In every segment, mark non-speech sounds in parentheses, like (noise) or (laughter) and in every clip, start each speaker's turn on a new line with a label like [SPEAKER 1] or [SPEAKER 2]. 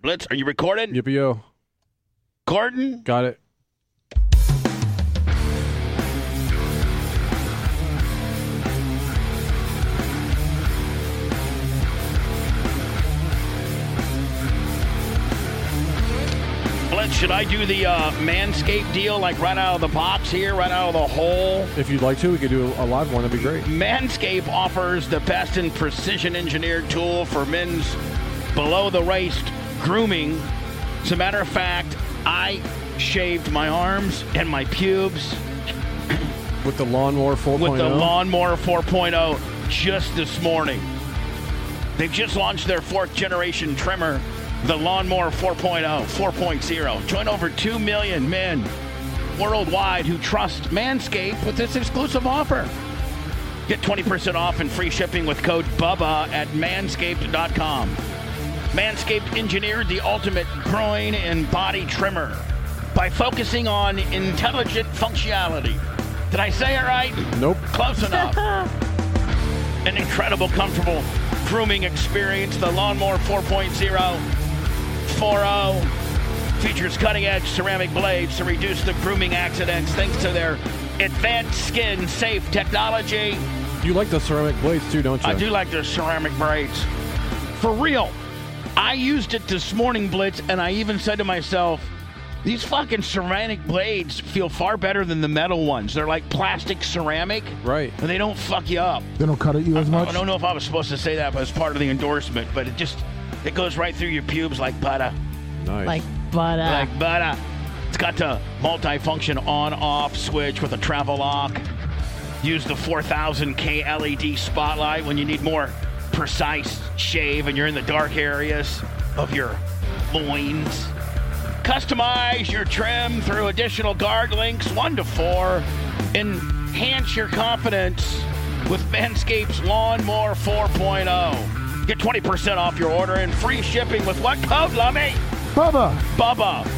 [SPEAKER 1] Blitz, are you recording?
[SPEAKER 2] Yippee-yo.
[SPEAKER 1] Gordon?
[SPEAKER 2] Got it.
[SPEAKER 1] Blitz, should I do the uh, Manscaped deal like right out of the box here, right out of the hole?
[SPEAKER 2] If you'd like to, we could do a live one. That'd be great.
[SPEAKER 1] Manscaped offers the best in precision engineered tool for men's below the waist grooming. As a matter of fact, I shaved my arms and my pubes
[SPEAKER 2] With the lawnmower oh. 4.0.
[SPEAKER 1] with the lawnmower 4.0 just this morning. They've just launched their fourth generation trimmer, the Lawnmower oh, 4.0, 4.0. Join over 2 million men worldwide who trust Manscaped with this exclusive offer. Get 20% off and free shipping with code BUBBA at manscaped.com. Manscaped engineered the ultimate groin and body trimmer by focusing on intelligent functionality. Did I say it right?
[SPEAKER 2] nope.
[SPEAKER 1] Close enough. An incredible, comfortable grooming experience. The Lawnmower 4.0 4.0 features cutting edge ceramic blades to reduce the grooming accidents thanks to their advanced skin safe technology.
[SPEAKER 2] You like the ceramic blades too, don't you?
[SPEAKER 1] I do like their ceramic braids. For real. I used it this morning, Blitz, and I even said to myself, these fucking ceramic blades feel far better than the metal ones. They're like plastic ceramic,
[SPEAKER 2] Right.
[SPEAKER 1] and they don't fuck you up.
[SPEAKER 3] They don't cut at you as much.
[SPEAKER 1] I don't know if I was supposed to say that, but it's part of the endorsement. But it just it goes right through your pubes like butter,
[SPEAKER 2] Nice.
[SPEAKER 4] Like, but uh,
[SPEAKER 1] like butter. It's got the multifunction on-off switch with a travel lock. Use the 4000K LED E spotlight when you need more precise shave and you're in the dark areas of your loins. Customize your trim through additional guard links, one to four. Enhance your confidence with Manscaped's Lawnmower 4.0. Get 20% off your order and free shipping with what code, Lummy?
[SPEAKER 3] Bubba,
[SPEAKER 1] Bubba.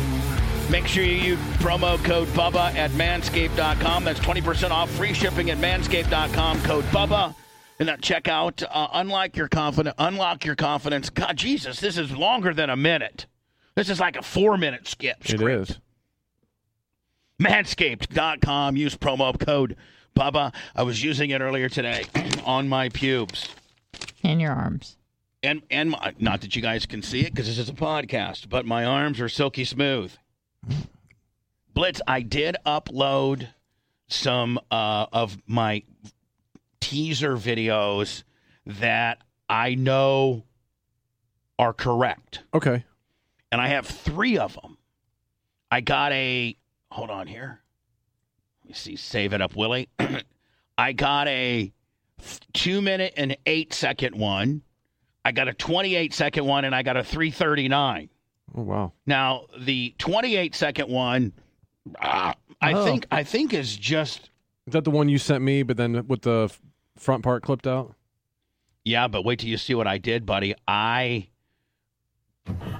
[SPEAKER 1] Make sure you use promo code Bubba at manscaped.com. That's 20% off free shipping at manscaped.com. Code Bubba. And that checkout, uh, unlike your confidence, unlock your confidence. God, Jesus, this is longer than a minute. This is like a four minute skip.
[SPEAKER 2] It
[SPEAKER 1] script.
[SPEAKER 2] is.
[SPEAKER 1] Manscaped.com. Use promo code Bubba. I was using it earlier today (clears throat) on my pubes.
[SPEAKER 4] in your arms.
[SPEAKER 1] And, and my, not that you guys can see it because this is a podcast, but my arms are silky smooth. Blitz, I did upload some uh, of my teaser videos that I know are correct.
[SPEAKER 2] Okay.
[SPEAKER 1] and I have three of them. I got a hold on here. Let me see. Save it up, Willie. (clears throat) I got a two minute and eight second one. I got a 28 second one, and I got a 339.
[SPEAKER 2] Oh wow.
[SPEAKER 1] Now the 28 second one, ah, I
[SPEAKER 4] Oh.
[SPEAKER 1] think I think is just
[SPEAKER 2] Is that the one you sent me? But then with the f- front part clipped out.
[SPEAKER 1] yeah. But wait till you see what I did, buddy. I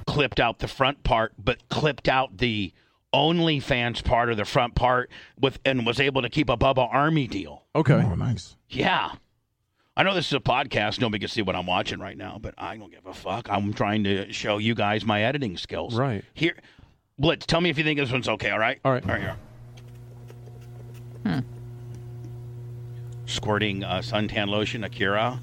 [SPEAKER 1] clipped out the front part, but clipped out the OnlyFans part or the front part with, and was able to keep a Bubba Army deal.
[SPEAKER 2] Okay.
[SPEAKER 3] Oh, nice.
[SPEAKER 1] Yeah. I know this is a podcast. Nobody can see what I'm watching right now, but I don't give a fuck. I'm trying to show you guys my editing skills.
[SPEAKER 2] Right.
[SPEAKER 1] Here, Blitz, tell me if you think this one's okay, all right?
[SPEAKER 2] All right.
[SPEAKER 1] All right, here.
[SPEAKER 2] Hmm.
[SPEAKER 1] Squirting uh, suntan lotion, Akira.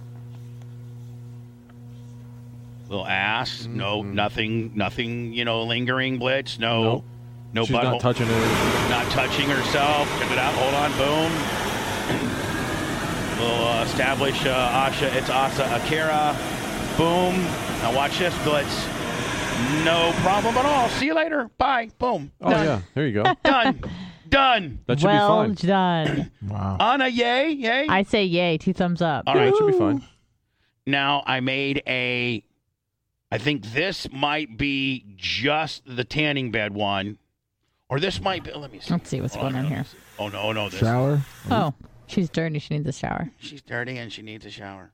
[SPEAKER 1] Little ass. No, nothing, nothing, you know, lingering, Blitz. No,
[SPEAKER 2] Mm-hmm. Nope.
[SPEAKER 1] no
[SPEAKER 2] She's
[SPEAKER 1] butthole
[SPEAKER 2] not touching it.
[SPEAKER 1] not touching herself. Check it out. Hold on. Boom. (clears throat) We'll uh, establish uh, Asha. It's Asa Akira. Boom. Now watch this blitz. No problem at all. See you later. Bye. Boom.
[SPEAKER 2] Oh
[SPEAKER 1] Done.
[SPEAKER 2] yeah. There you go. (laughs)
[SPEAKER 1] Done. Done.
[SPEAKER 2] That should
[SPEAKER 4] well
[SPEAKER 2] be fine.
[SPEAKER 4] done. (clears throat)
[SPEAKER 3] Wow.
[SPEAKER 1] Anna, yay, yay.
[SPEAKER 4] I say yay. Two thumbs up.
[SPEAKER 1] all right.
[SPEAKER 2] That should be fine.
[SPEAKER 1] Now I made a. I think this might be just the tanning bed one, or this might be. Let me see.
[SPEAKER 4] Let's see what's
[SPEAKER 1] Hold
[SPEAKER 4] going on here.
[SPEAKER 1] Oh no, no, this
[SPEAKER 3] Shower.
[SPEAKER 1] Uh-huh.
[SPEAKER 4] Oh, she's dirty. She needs a shower.
[SPEAKER 1] She's dirty and she needs a shower.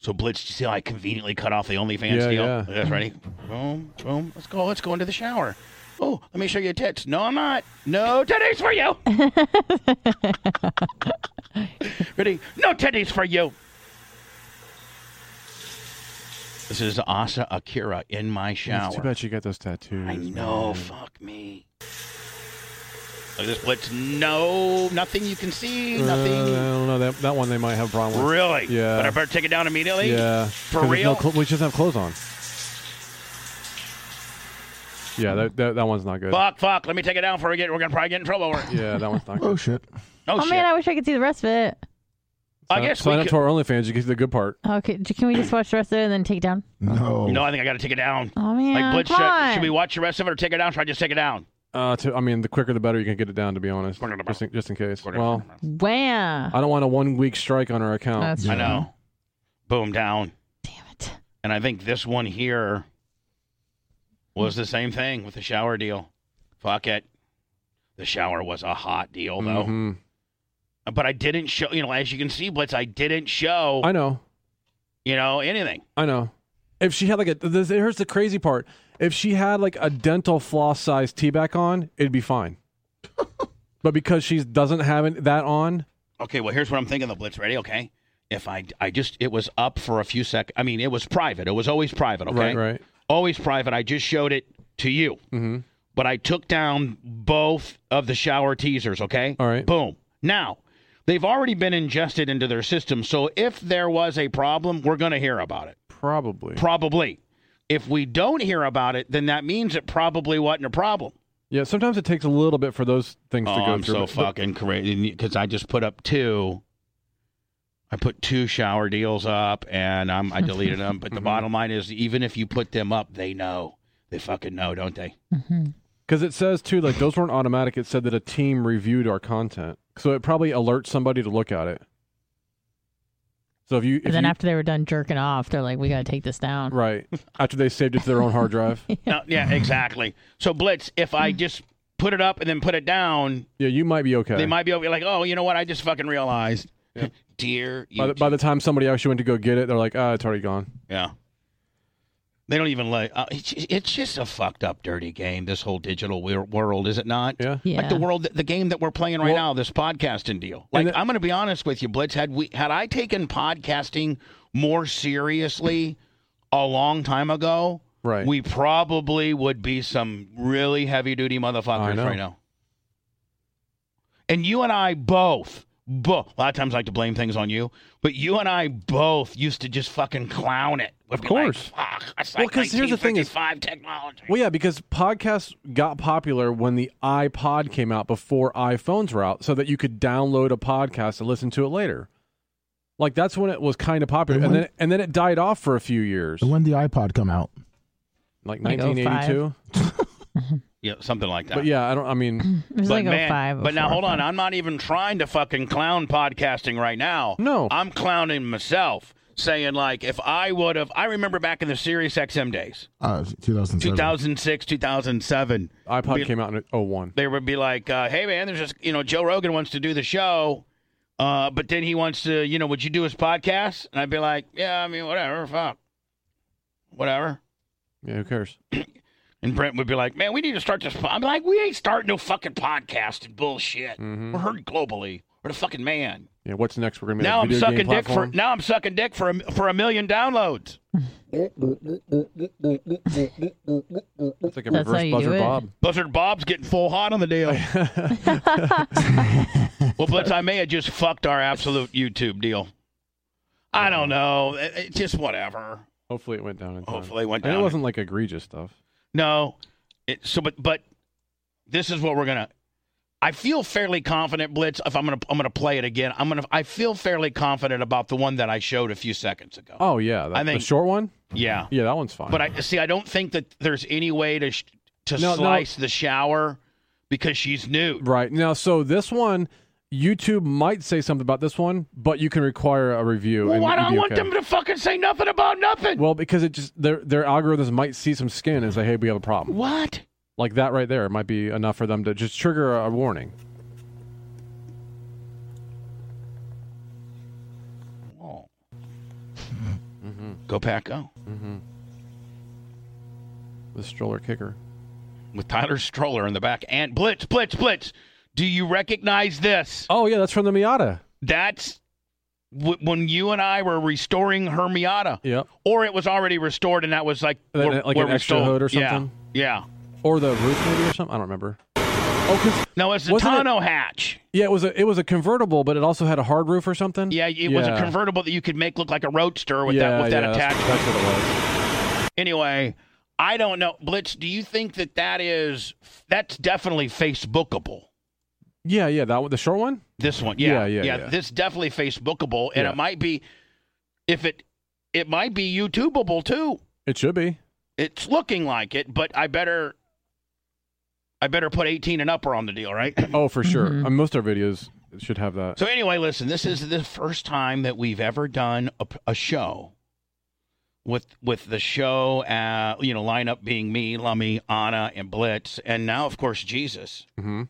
[SPEAKER 1] So Blitz, you see how I conveniently cut off the OnlyFans
[SPEAKER 2] Yeah,
[SPEAKER 1] deal?
[SPEAKER 2] yeah.
[SPEAKER 1] Look at this, ready? Boom, boom. Let's go. Let's go into the shower. Oh, let me show you tits. No, I'm not. No titties for
[SPEAKER 2] (laughs)
[SPEAKER 1] you. ready? No titties for you. This is Asa Akira in my
[SPEAKER 2] It's too
[SPEAKER 1] shower.
[SPEAKER 2] bad she got those tattoos.
[SPEAKER 1] I know.
[SPEAKER 2] man.
[SPEAKER 1] Fuck me. Look at this Blitz. No, nothing you can see.
[SPEAKER 2] Uh, I
[SPEAKER 1] Nothing.
[SPEAKER 2] don't know that that one they might have problems. with.
[SPEAKER 1] Really?
[SPEAKER 2] Yeah.
[SPEAKER 1] But I better take it down immediately.
[SPEAKER 2] Yeah.
[SPEAKER 1] For
[SPEAKER 2] 'Cause there's
[SPEAKER 1] real?
[SPEAKER 2] No cl- we just have clothes on. Yeah, that, that that one's not good.
[SPEAKER 1] Fuck, fuck. Let me take it down before we get. We're gonna probably get in trouble. Over. it.
[SPEAKER 2] Yeah, that one's
[SPEAKER 3] (laughs)
[SPEAKER 2] not
[SPEAKER 3] Oh
[SPEAKER 2] good.
[SPEAKER 3] shit.
[SPEAKER 1] Oh,
[SPEAKER 4] Oh,
[SPEAKER 1] shit.
[SPEAKER 4] man, I wish I could see the rest of it.
[SPEAKER 1] I
[SPEAKER 2] Sign up-
[SPEAKER 1] guess
[SPEAKER 2] sign
[SPEAKER 1] we
[SPEAKER 2] up
[SPEAKER 1] could-
[SPEAKER 2] to our OnlyFans. You get the good part.
[SPEAKER 4] Okay, j- can we just watch the rest of it and then take it down?
[SPEAKER 3] No.
[SPEAKER 1] no, I think I gotta take it down.
[SPEAKER 4] Oh man,
[SPEAKER 1] like Blitz,
[SPEAKER 4] come
[SPEAKER 1] should,
[SPEAKER 4] on.
[SPEAKER 1] should we watch the rest of it or take it down? Should I just take it down?
[SPEAKER 2] Uh, to, I mean, the quicker the better you can get it down. To be honest,
[SPEAKER 1] Quicker the
[SPEAKER 2] just in, just in case.
[SPEAKER 1] Whatever.
[SPEAKER 2] Well,
[SPEAKER 4] Wham!
[SPEAKER 2] I don't want a one week strike on our account.
[SPEAKER 4] That's
[SPEAKER 1] I know. Boom down.
[SPEAKER 4] Damn it.
[SPEAKER 1] And I think this one here was the same thing with the shower deal. Fuck it. The shower was a hot deal though.
[SPEAKER 2] Mhm.
[SPEAKER 1] But I didn't show. You know, as you can see, Blitz, I didn't show.
[SPEAKER 2] I know.
[SPEAKER 1] you know anything.
[SPEAKER 2] I know. If she had like a, this, here's the crazy part. If she had like a dental floss size tea back on, it'd
[SPEAKER 1] (laughs)
[SPEAKER 2] be fine. but because she doesn't have it- that on,
[SPEAKER 1] Okay, well, here's what I'm thinking. The blitz ready, okay? If I, I just, it was up for a few seconds. I mean, it was private. It was always private. Okay,
[SPEAKER 2] right, right.
[SPEAKER 1] always private. I just showed it to you,
[SPEAKER 2] Mhm.
[SPEAKER 1] but I took down both of the shower teasers. Okay,
[SPEAKER 2] All right.
[SPEAKER 1] boom. Now they've already been ingested into their system. So if there was a problem, we're gonna hear about it.
[SPEAKER 2] Probably.
[SPEAKER 1] Probably. If we don't hear about it, then that means it probably wasn't a problem.
[SPEAKER 2] yeah. Sometimes it takes a little bit for those things
[SPEAKER 1] Oh,
[SPEAKER 2] to go
[SPEAKER 1] I'm
[SPEAKER 2] through.
[SPEAKER 1] so
[SPEAKER 2] but-
[SPEAKER 1] fucking crazy because I just put up two. I put two shower deals up, and um, I deleted them. (laughs) But the bottom line is, even if you put them up, they know. They fucking know, don't they?
[SPEAKER 4] Mm-hmm.
[SPEAKER 2] Because it says too, like those weren't automatic. It said that a team reviewed our content, so it probably alerts somebody to look at it. So if you, if
[SPEAKER 4] And then
[SPEAKER 2] you-
[SPEAKER 4] after they were done jerking off, they're like, "We gotta take this down."
[SPEAKER 2] (laughs) right after they saved it to their own hard
[SPEAKER 4] (laughs)
[SPEAKER 2] drive,
[SPEAKER 1] No, yeah, exactly. So Blitz, if I just put it up and then put it down,
[SPEAKER 2] yeah, you might be okay.
[SPEAKER 1] they might be over like, oh, you know what? I just fucking realized,
[SPEAKER 2] Yeah.
[SPEAKER 1] (laughs) dear.
[SPEAKER 2] by, the,
[SPEAKER 1] YouTube.
[SPEAKER 2] by the time somebody actually went to go get it, they're like, ah, it's already gone.
[SPEAKER 1] yeah. They don't even like. Uh, it's, it's just a fucked up, dirty game. This whole digital wor- world, is it not?
[SPEAKER 2] Yeah,
[SPEAKER 4] Yeah.
[SPEAKER 1] Like the world, the game that we're playing right
[SPEAKER 2] Well-
[SPEAKER 1] now, this podcasting deal. Like
[SPEAKER 2] And the-
[SPEAKER 1] I'm going to be honest with you, Blitz. Had we had I taken podcasting more seriously a long time ago,
[SPEAKER 2] right.
[SPEAKER 1] we probably would be some really heavy duty motherfuckers
[SPEAKER 2] I know.
[SPEAKER 1] right now. And you and I both, both. A lot of times I like to blame things on you, but you and I both used to just fucking clown it. We'd
[SPEAKER 2] Of
[SPEAKER 1] be like,
[SPEAKER 2] course.
[SPEAKER 1] Fuck, it's
[SPEAKER 2] Well,
[SPEAKER 1] like
[SPEAKER 2] 'cause here's the thing is-
[SPEAKER 1] 1955 technology.
[SPEAKER 2] well, yeah, because podcasts got popular when the iPod came out before iPhones were out, so that you could download a podcast and listen to it later. Like that's when it was kind of popular, and
[SPEAKER 3] when-
[SPEAKER 2] then and then it died off for a few years,
[SPEAKER 3] When did the iPod come out?
[SPEAKER 2] like
[SPEAKER 4] Like oh
[SPEAKER 2] 1982.
[SPEAKER 1] Yeah, something like that.
[SPEAKER 2] But yeah, I don't. I mean,
[SPEAKER 4] (clears throat) It was
[SPEAKER 1] But
[SPEAKER 4] like
[SPEAKER 1] man,
[SPEAKER 4] 05.
[SPEAKER 1] but now hold on, I'm not even trying to fucking clown podcasting right now.
[SPEAKER 2] No.
[SPEAKER 1] I'm clowning myself, saying like if I would have. I remember back in the Sirius XM days,
[SPEAKER 3] Uh, 2007.
[SPEAKER 1] 2006, 2007.
[SPEAKER 2] iPod
[SPEAKER 1] Be-
[SPEAKER 2] came out in 01.
[SPEAKER 1] They would be like, uh, "Hey man, there's just you know Joe Rogan wants to do the show, uh, but then he wants to you know would you do his podcast?" And I'd be like, "Yeah, I mean whatever, fuck, whatever."
[SPEAKER 2] Yeah, who cares?
[SPEAKER 1] And Brent would be like, "Man, we need to start this." Po-. I'm like, "We ain't starting no fucking podcast and bullshit.
[SPEAKER 2] hmm
[SPEAKER 1] We're heard globally. We're the fucking man."
[SPEAKER 2] Yeah, what's next? We're gonna be
[SPEAKER 1] now
[SPEAKER 2] a
[SPEAKER 1] I'm
[SPEAKER 2] video game
[SPEAKER 1] sucking dick for
[SPEAKER 2] platform.
[SPEAKER 1] now I'm sucking dick for a, for a million downloads.
[SPEAKER 2] That's like a
[SPEAKER 4] That's how
[SPEAKER 2] reverse
[SPEAKER 4] you do
[SPEAKER 2] buzzer,
[SPEAKER 4] it.
[SPEAKER 2] Bob.
[SPEAKER 1] Buzzard Bob's getting full hot on the
[SPEAKER 2] (laughs)
[SPEAKER 1] deal.
[SPEAKER 4] (laughs)
[SPEAKER 1] well, Blitz, I may have just fucked our absolute YouTube deal. I don't know. It- it- just whatever.
[SPEAKER 2] Hopefully, it went down. In time.
[SPEAKER 1] Hopefully, it went
[SPEAKER 2] And
[SPEAKER 1] down.
[SPEAKER 2] it wasn't like egregious stuff.
[SPEAKER 1] No. It, so, but but this is what we're gonna. I feel fairly confident, Blitz. If I'm gonna I'm gonna play it again. I'm gonna. I feel fairly confident about the one that I showed a few seconds ago.
[SPEAKER 2] Oh yeah, that,
[SPEAKER 1] I think-
[SPEAKER 2] the short one.
[SPEAKER 1] Yeah.
[SPEAKER 2] Yeah, that one's fine.
[SPEAKER 1] But I see. I don't think that there's any way to sh- to
[SPEAKER 2] No, no.
[SPEAKER 1] slice the shower because she's nude.
[SPEAKER 2] Right. Now, so this one, YouTube might say something about this one, but you can require a review.
[SPEAKER 1] Well,
[SPEAKER 2] and
[SPEAKER 1] why do
[SPEAKER 2] you'd
[SPEAKER 1] I
[SPEAKER 2] be
[SPEAKER 1] want
[SPEAKER 2] okay.
[SPEAKER 1] them to fucking say nothing about nothing?
[SPEAKER 2] Well, because it just their their algorithms might see some skin and say, "Hey, we have a problem."
[SPEAKER 1] What?
[SPEAKER 2] Like that right there might be enough for them to just trigger a, a warning.
[SPEAKER 1] Oh.
[SPEAKER 2] Mm-hmm.
[SPEAKER 1] Go pack go
[SPEAKER 2] The stroller kicker.
[SPEAKER 1] with Tyler Stroller in the back and Blitz, Blitz, Blitz. Do you recognize this?
[SPEAKER 2] Oh yeah, that's from the Miata.
[SPEAKER 1] That's w- when you and I were restoring her Miata,
[SPEAKER 2] Yep.
[SPEAKER 1] or it was already restored, and that was like
[SPEAKER 2] Like-
[SPEAKER 1] we're-
[SPEAKER 2] like
[SPEAKER 1] we're
[SPEAKER 2] an extra
[SPEAKER 1] restored.
[SPEAKER 2] hood or
[SPEAKER 1] Yeah.
[SPEAKER 2] something?
[SPEAKER 1] Yeah.
[SPEAKER 2] Or the roof maybe or something. I don't remember. Oh, 'cause-
[SPEAKER 1] No, it's the
[SPEAKER 2] Wasn't it-
[SPEAKER 1] tonneau hatch.
[SPEAKER 2] yeah, it was a it was a convertible, but it also had a hard roof or something.
[SPEAKER 1] Yeah, it was a
[SPEAKER 2] Yeah.
[SPEAKER 1] convertible that you could make look like a roadster with
[SPEAKER 2] yeah,
[SPEAKER 1] that with that
[SPEAKER 2] yeah, that's-
[SPEAKER 1] attachment.
[SPEAKER 2] That's what it was.
[SPEAKER 1] Anyway, I don't know, Blitz. Do you think that that is that's definitely Facebookable?
[SPEAKER 2] Yeah, yeah, that one, the short one.
[SPEAKER 1] This one, yeah,
[SPEAKER 2] Yeah,
[SPEAKER 1] yeah,
[SPEAKER 2] yeah, yeah.
[SPEAKER 1] This definitely Facebookable, and
[SPEAKER 2] Yeah.
[SPEAKER 1] it might be if it it might be YouTubeable too.
[SPEAKER 2] It should be.
[SPEAKER 1] It's looking like it, but I better I better put eighteen and upper on the deal, right?
[SPEAKER 2] (coughs) Oh, for sure.
[SPEAKER 4] Mhm.
[SPEAKER 2] Uh, most of our videos should have that.
[SPEAKER 1] so anyway, listen, this is the first time that we've ever done a, a show with with the show, uh, you know, lineup being me, Lummy, Anna, and Blitz, and now of course Jesus,
[SPEAKER 2] hmm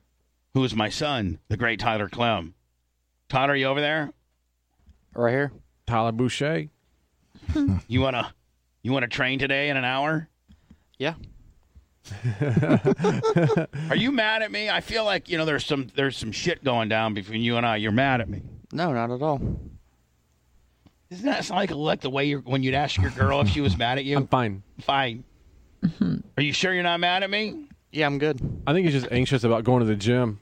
[SPEAKER 1] who is my son, the great Tyler Clem. Tyler, you over there?
[SPEAKER 5] Right here?
[SPEAKER 2] Tyler Boucher.
[SPEAKER 1] You wanna you wanna train today in an hour?
[SPEAKER 5] Yeah.
[SPEAKER 1] (laughs) Are you mad at me? I feel like you know there's some there's some shit going down between you and I. You're mad at me.
[SPEAKER 5] No, not at all.
[SPEAKER 1] Isn't that sound like like the way you when you'd ask your girl if she was mad
[SPEAKER 3] (laughs)
[SPEAKER 1] at you?
[SPEAKER 2] I'm fine.
[SPEAKER 1] fine.
[SPEAKER 3] Mm-hmm.
[SPEAKER 1] Are you sure you're not mad at me?
[SPEAKER 5] Yeah, I'm good.
[SPEAKER 2] I think he's just anxious about going to the gym.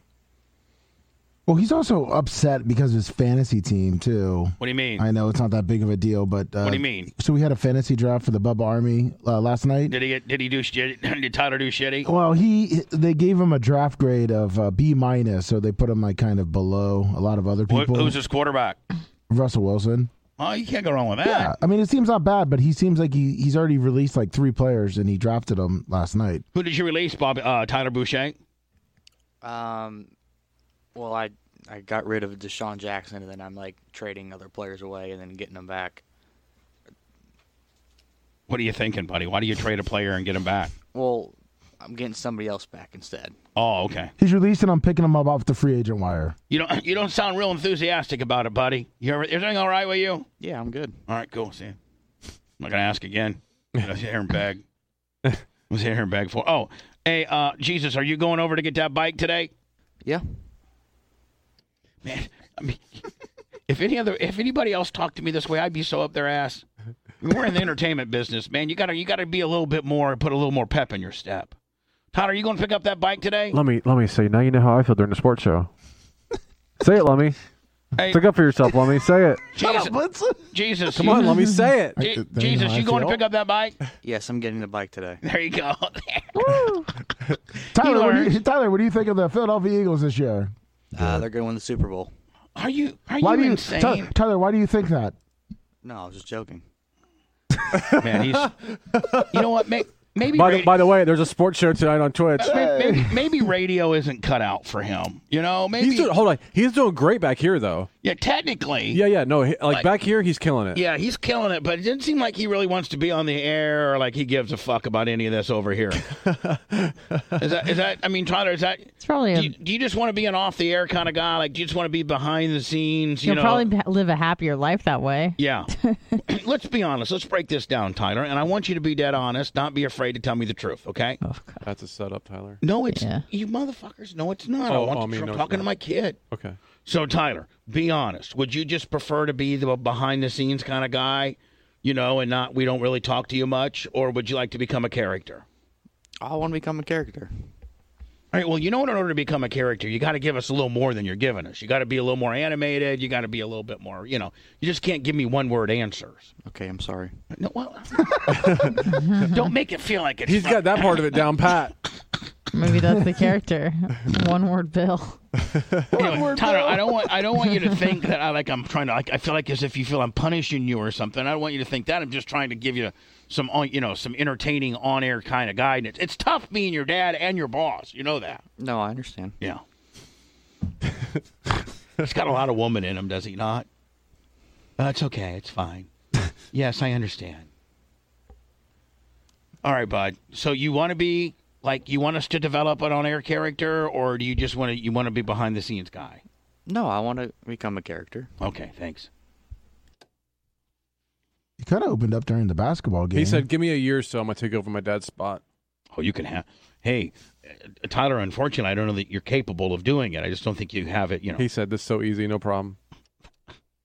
[SPEAKER 3] Well, he's also upset because of his fantasy team too.
[SPEAKER 1] What do you mean?
[SPEAKER 3] I know it's not that big of a deal, but uh,
[SPEAKER 1] What do you mean?
[SPEAKER 3] So we had a fantasy draft for the Bubba Army uh, last night.
[SPEAKER 1] Did he get, did he do shit? Did (laughs) Tyler do shitty?
[SPEAKER 3] well, he they gave him a draft grade of uh, B minus, so they put him like kind of below a lot of other
[SPEAKER 1] Who,
[SPEAKER 3] people.
[SPEAKER 1] who's his quarterback?
[SPEAKER 3] Russell Wilson.
[SPEAKER 1] Oh, you can't go wrong with that.
[SPEAKER 3] Yeah, I mean, it seems not bad, but he seems like he, he's already released like three players, and he drafted them last night.
[SPEAKER 1] Who did you release, Bob? Uh, Tyler Boucher.
[SPEAKER 5] Um, well, I I got rid of Deshaun Jackson, and then I'm like trading other players away and then getting them back.
[SPEAKER 1] What are you thinking, buddy? Why do you trade a player and get him back?
[SPEAKER 5] Well, I'm getting somebody else back instead.
[SPEAKER 1] Oh, okay.
[SPEAKER 3] He's released, and I'm picking him up off the free agent wire.
[SPEAKER 1] You don't (clears throat) you don't sound real enthusiastic about it, buddy. You ever, everything all right with you?
[SPEAKER 5] Yeah, I'm good.
[SPEAKER 1] All right, cool. See, ya. I'm not gonna ask
[SPEAKER 2] (laughs)
[SPEAKER 1] again. Let's sit here and beg. Let's sit here and beg for. Oh, hey, uh, Jesus, are you going over to get that bike today?
[SPEAKER 5] Yeah.
[SPEAKER 1] Man, I mean, (laughs) if any other, if anybody else talked to me this way, I'd be so up their ass. I mean, we're in the entertainment business, man. You gotta, you gotta be a little bit more, put a little more pep in your step. Todd, are you going to pick up that bike today?
[SPEAKER 2] Let me let me say. Now you know how I feel during the sports
[SPEAKER 1] (laughs)
[SPEAKER 2] show. Say it, Lummy.
[SPEAKER 1] Hey,
[SPEAKER 2] Stick up for yourself, Lummy. Say
[SPEAKER 1] (laughs)
[SPEAKER 2] it.
[SPEAKER 1] Jesus, Jesus,
[SPEAKER 2] Come on,
[SPEAKER 1] (laughs)
[SPEAKER 2] Lummy. Say it.
[SPEAKER 1] Je- Jesus, you going to pick up that bike? (laughs)
[SPEAKER 5] Yes, I'm getting the bike today.
[SPEAKER 1] There you go. (laughs)
[SPEAKER 3] Tyler? What do you,
[SPEAKER 1] learned.
[SPEAKER 3] Tyler, what do you think of the Philadelphia Eagles this year?
[SPEAKER 5] Uh, they're going to win the Super Bowl.
[SPEAKER 1] Are you are
[SPEAKER 3] Why
[SPEAKER 1] you
[SPEAKER 3] do you,
[SPEAKER 1] insane?
[SPEAKER 3] Ty- Tyler? Why do you think that?
[SPEAKER 5] No, I was just joking.
[SPEAKER 1] Man, he's (laughs) You know what? May, maybe
[SPEAKER 2] By the,
[SPEAKER 1] ra-
[SPEAKER 2] by the way, there's a sports show tonight on Twitch.
[SPEAKER 1] may- maybe, maybe radio isn't cut out for him. You know, maybe
[SPEAKER 2] He's doing, hold on. He's doing great back here, though.
[SPEAKER 1] Yeah, technically.
[SPEAKER 2] Yeah, yeah. No, he, like, back here, he's killing it.
[SPEAKER 1] Yeah, he's killing it, but it didn't seem like he really wants to be on the air or like he gives a fuck about any of this over here. is that is that I mean, Tyler, is that
[SPEAKER 4] It's probably a,
[SPEAKER 1] do you, do you just want to be an off the air kind of guy? Like do you just want to be behind the scenes, you
[SPEAKER 4] you'll
[SPEAKER 1] know?
[SPEAKER 4] probably be- live a happier life
[SPEAKER 1] (laughs)
[SPEAKER 4] that way. (laughs)
[SPEAKER 1] Yeah. (clears throat) Let's be honest. Let's break this down, Tyler. And I want you to be dead honest, not be afraid to tell me the truth, okay?
[SPEAKER 4] Oh, God.
[SPEAKER 2] That's a setup, Tyler.
[SPEAKER 1] No, it's
[SPEAKER 4] Yeah.
[SPEAKER 1] you motherfuckers. No, it's not. I
[SPEAKER 2] Oh,
[SPEAKER 1] want
[SPEAKER 2] oh,
[SPEAKER 1] to-
[SPEAKER 2] I mean,
[SPEAKER 1] I'm
[SPEAKER 2] no, it's
[SPEAKER 1] talking to
[SPEAKER 2] not.
[SPEAKER 1] my kid.
[SPEAKER 2] Okay.
[SPEAKER 1] So, Tyler, be honest. Would you just prefer to be the behind the scenes kind of guy, you know, and not we don't really talk to you much, or would you like to become a character?
[SPEAKER 5] Oh, I want to become a character.
[SPEAKER 1] All right. Well, you know what? In order to become a character, you got to give us a little more than you're giving us. You got to be a little more animated. You got to be a little bit more. You know, you just can't give me one word answers.
[SPEAKER 5] Okay, I'm sorry.
[SPEAKER 1] No, well, (laughs) don't make it feel like it's.
[SPEAKER 2] He's
[SPEAKER 1] fun.
[SPEAKER 2] got that part of it down pat.
[SPEAKER 4] Maybe that's the character. (laughs) One word bill.
[SPEAKER 1] Anyway, Tyler, I don't want I don't want you to think that I like I'm trying to like I feel like as if you feel I'm punishing you or something. I don't want you to think that. I'm just trying to give you some on you know some entertaining on air kind of guidance. It's tough being your dad and your boss. You know that.
[SPEAKER 5] No, I understand.
[SPEAKER 1] Yeah. (laughs) He's got a lot of woman in him, does he not? Uh, it's okay. It's fine. yes, I understand. All right, bud. So you want to be like you want us to develop an on air character, or do you just want to you want to be behind the scenes guy?
[SPEAKER 5] No, I want to become a character.
[SPEAKER 1] Okay, thanks.
[SPEAKER 3] You kind of opened up during the basketball game.
[SPEAKER 2] He said, "Give me a year, or so I'm gonna take over my dad's spot."
[SPEAKER 1] Oh, you can have. Hey, uh, Tyler. Unfortunately, I don't know that you're capable of doing it. I just don't think you have it. You know.
[SPEAKER 2] He said, "This is so easy, no problem."